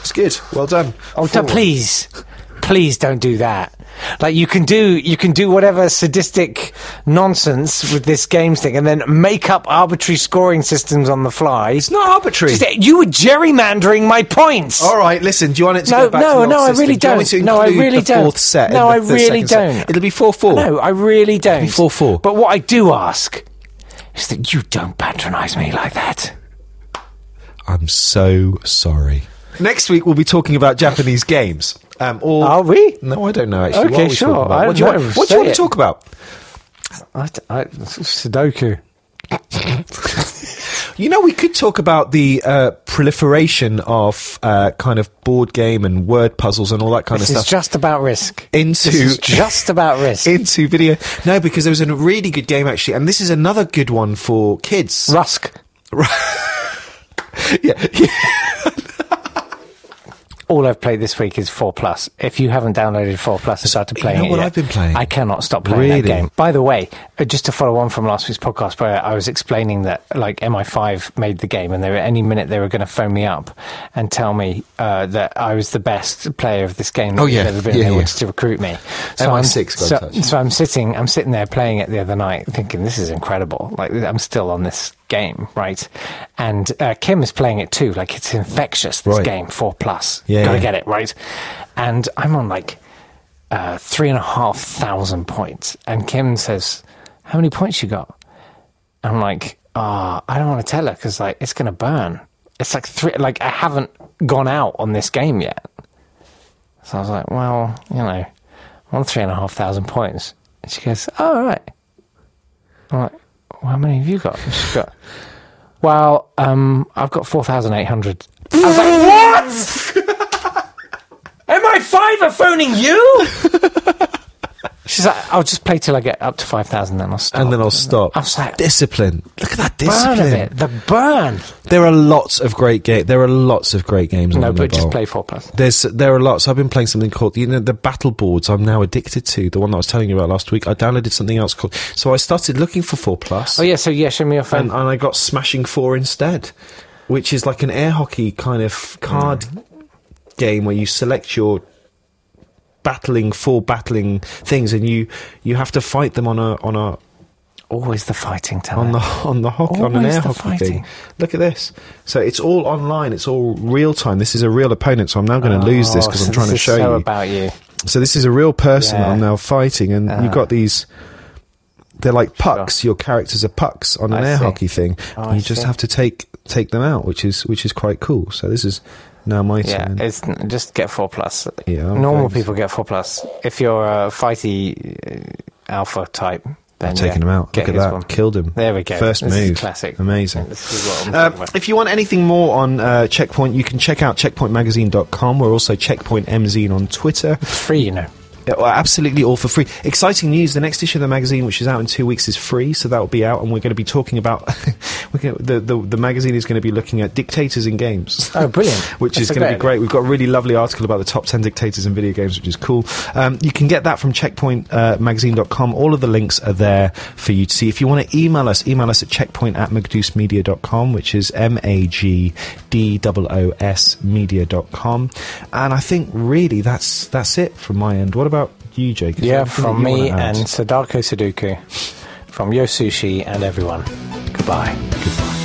[SPEAKER 1] It's good. Well done.
[SPEAKER 2] Oh, don't,
[SPEAKER 1] 4-1.
[SPEAKER 2] please, please don't do that. Like you can do, you can do whatever sadistic nonsense with this games thing, and then make up arbitrary scoring systems on the fly.
[SPEAKER 1] It's not arbitrary. Oh,
[SPEAKER 2] You were gerrymandering my points.
[SPEAKER 1] All right, listen. Do you want it to
[SPEAKER 2] No,
[SPEAKER 1] go back
[SPEAKER 2] no,
[SPEAKER 1] to the old
[SPEAKER 2] no, I
[SPEAKER 1] system?
[SPEAKER 2] really
[SPEAKER 1] Do you want me to
[SPEAKER 2] don't. No, I
[SPEAKER 1] include
[SPEAKER 2] really
[SPEAKER 1] the
[SPEAKER 2] don't.
[SPEAKER 1] Fourth set
[SPEAKER 2] No, I
[SPEAKER 1] and the, the
[SPEAKER 2] really
[SPEAKER 1] second set?
[SPEAKER 2] don't.
[SPEAKER 1] It'll be four four.
[SPEAKER 2] No, I really don't.
[SPEAKER 1] be 4-4.
[SPEAKER 2] But what I do ask is that you don't patronise me like that.
[SPEAKER 1] I'm so sorry. Next week we'll be talking about Japanese games. Um, or
[SPEAKER 2] Are we?
[SPEAKER 1] No, I don't know. Actually,
[SPEAKER 2] Okay,
[SPEAKER 1] What are we
[SPEAKER 2] sure.
[SPEAKER 1] talking about?
[SPEAKER 2] I
[SPEAKER 1] What do you want,
[SPEAKER 2] don't know.
[SPEAKER 1] what do you want
[SPEAKER 2] Say
[SPEAKER 1] to talk about?
[SPEAKER 2] I, I, Sudoku.
[SPEAKER 1] You know, we could talk about the uh, proliferation of uh, kind of board game and word puzzles and all that kind
[SPEAKER 2] This
[SPEAKER 1] of
[SPEAKER 2] is
[SPEAKER 1] stuff
[SPEAKER 2] just about risk.
[SPEAKER 1] into
[SPEAKER 2] This is just about risk.
[SPEAKER 1] into video. No, because there was a really good game actually, and this is another good one for kids.
[SPEAKER 2] Rusk.
[SPEAKER 1] yeah.
[SPEAKER 2] all I've played this week is Four Plus. If you haven't downloaded Four Plus and started
[SPEAKER 1] you
[SPEAKER 2] playing
[SPEAKER 1] know
[SPEAKER 2] it
[SPEAKER 1] what
[SPEAKER 2] yet,
[SPEAKER 1] I've been playing?
[SPEAKER 2] I cannot stop playing
[SPEAKER 1] Really?
[SPEAKER 2] that game. By the way, uh, just to follow on from last week's podcast where I was explaining that like MI5 made the game and they were any minute they were going to phone me up and tell me uh, that I was the best player of this game that
[SPEAKER 1] Oh,
[SPEAKER 2] had
[SPEAKER 1] yeah.
[SPEAKER 2] ever been
[SPEAKER 1] Yeah,
[SPEAKER 2] and they
[SPEAKER 1] yeah.
[SPEAKER 2] wanted to recruit me.
[SPEAKER 1] MI6 got
[SPEAKER 2] so,
[SPEAKER 1] in touch.
[SPEAKER 2] so I'm sitting I'm sitting there playing it the other night thinking this is incredible. Like I'm still on this game, right? And uh, Kim is playing it too. Like it's infectious this
[SPEAKER 1] Right.
[SPEAKER 2] game 4 plus.
[SPEAKER 1] Yeah,
[SPEAKER 2] Got to
[SPEAKER 1] yeah.
[SPEAKER 2] get it, right? And I'm on like uh, three and a half thousand points. And Kim says, How many points you got? I'm like, Ah, I don't want to tell her because like it's going to burn. It's like three, like I haven't gone out on this game yet. So I was like, Well, you know, I'm on three and a half thousand points. And she goes, Oh, all right. I'm like, well, How many have you got? And She's got, Well, um, I've got 4,800. I was like, What? Am I five are phoning you? She's like, I'll just play till I get up to 5,000, then I'll stop.
[SPEAKER 1] and then I'll stop.
[SPEAKER 2] I was like,
[SPEAKER 1] discipline. Look at that
[SPEAKER 2] burn of
[SPEAKER 1] discipline.
[SPEAKER 2] it. The burn.
[SPEAKER 1] There are lots of great games. There are lots of great games.
[SPEAKER 2] No,
[SPEAKER 1] on
[SPEAKER 2] but just
[SPEAKER 1] mobile.
[SPEAKER 2] play 4 plus.
[SPEAKER 1] There's there are lots. I've been playing something called you know the battle boards. I'm now addicted to the one that I was telling you about last week. I downloaded something else called. So I started looking for four plus.
[SPEAKER 2] Oh, yeah, so yeah, show me your phone.
[SPEAKER 1] and, and I got Smashing Four instead, which is like an air hockey kind of card
[SPEAKER 2] Mm.
[SPEAKER 1] game where you select your battling four battling things, and you you have to fight them on a on a
[SPEAKER 2] Always the fighting time.
[SPEAKER 1] on the on the hockey on an
[SPEAKER 2] Always
[SPEAKER 1] air
[SPEAKER 2] the
[SPEAKER 1] hockey thing.
[SPEAKER 2] fighting.
[SPEAKER 1] Look at this. So it's all online. It's all real time. This is a real opponent. So I'm now going to lose this because I'm trying to show
[SPEAKER 2] Oh, so
[SPEAKER 1] you.
[SPEAKER 2] about you.
[SPEAKER 1] so this is a real person that
[SPEAKER 2] Yeah. Uh-huh.
[SPEAKER 1] I'm now fighting, and you've got these. They're like pucks. Your characters are pucks on an
[SPEAKER 2] I
[SPEAKER 1] air
[SPEAKER 2] see.
[SPEAKER 1] hockey thing.
[SPEAKER 2] Oh,
[SPEAKER 1] and
[SPEAKER 2] I
[SPEAKER 1] you just
[SPEAKER 2] see.
[SPEAKER 1] have to take take them out, which is which is quite cool. So this is now my
[SPEAKER 2] Yeah,
[SPEAKER 1] turn.
[SPEAKER 2] it's n- just get 4 plus.
[SPEAKER 1] Yeah, I'm
[SPEAKER 2] Normal
[SPEAKER 1] thanks.
[SPEAKER 2] people get 4 plus. If you're a fighty uh, alpha type, then
[SPEAKER 1] I'm taking
[SPEAKER 2] yeah,
[SPEAKER 1] them out.
[SPEAKER 2] get
[SPEAKER 1] Look at
[SPEAKER 2] his
[SPEAKER 1] that.
[SPEAKER 2] One.
[SPEAKER 1] Killed him.
[SPEAKER 2] There we go.
[SPEAKER 1] First
[SPEAKER 2] This is
[SPEAKER 1] move.
[SPEAKER 2] classic.
[SPEAKER 1] Amazing.
[SPEAKER 2] This is what I'm talking
[SPEAKER 1] Uh,
[SPEAKER 2] about.
[SPEAKER 1] if you want anything more on uh, Checkpoint, you can check out checkpointmagazine.com. We're also Checkpoint MZine on Twitter.
[SPEAKER 2] Free, you know.
[SPEAKER 1] Yeah, well, absolutely all for free. Exciting news: the next issue of the magazine, which is out in two weeks, is free, so that will be out, and we're going to be talking about. we're going to, the, the the magazine is going to be looking at dictators in games.
[SPEAKER 2] Oh, brilliant.
[SPEAKER 1] which
[SPEAKER 2] That's
[SPEAKER 1] is
[SPEAKER 2] a
[SPEAKER 1] going to
[SPEAKER 2] great
[SPEAKER 1] be great. We've got a really lovely article about the top ten dictators in video games, which is cool. Um, you can get that from uh, checkpointmagazine.com. All of the links are there for you to see. If you want to email us, email us at checkpoint at magdoosemedia.com, which is m a g d o o s media.com. And I think really that's that's it from my end. What about you, Jake? Is there
[SPEAKER 2] Yeah,
[SPEAKER 1] anything that
[SPEAKER 2] from
[SPEAKER 1] you
[SPEAKER 2] me
[SPEAKER 1] wanna add?
[SPEAKER 2] and Sadako Sudoku, from Yosushi and everyone. Goodbye.
[SPEAKER 1] goodbye.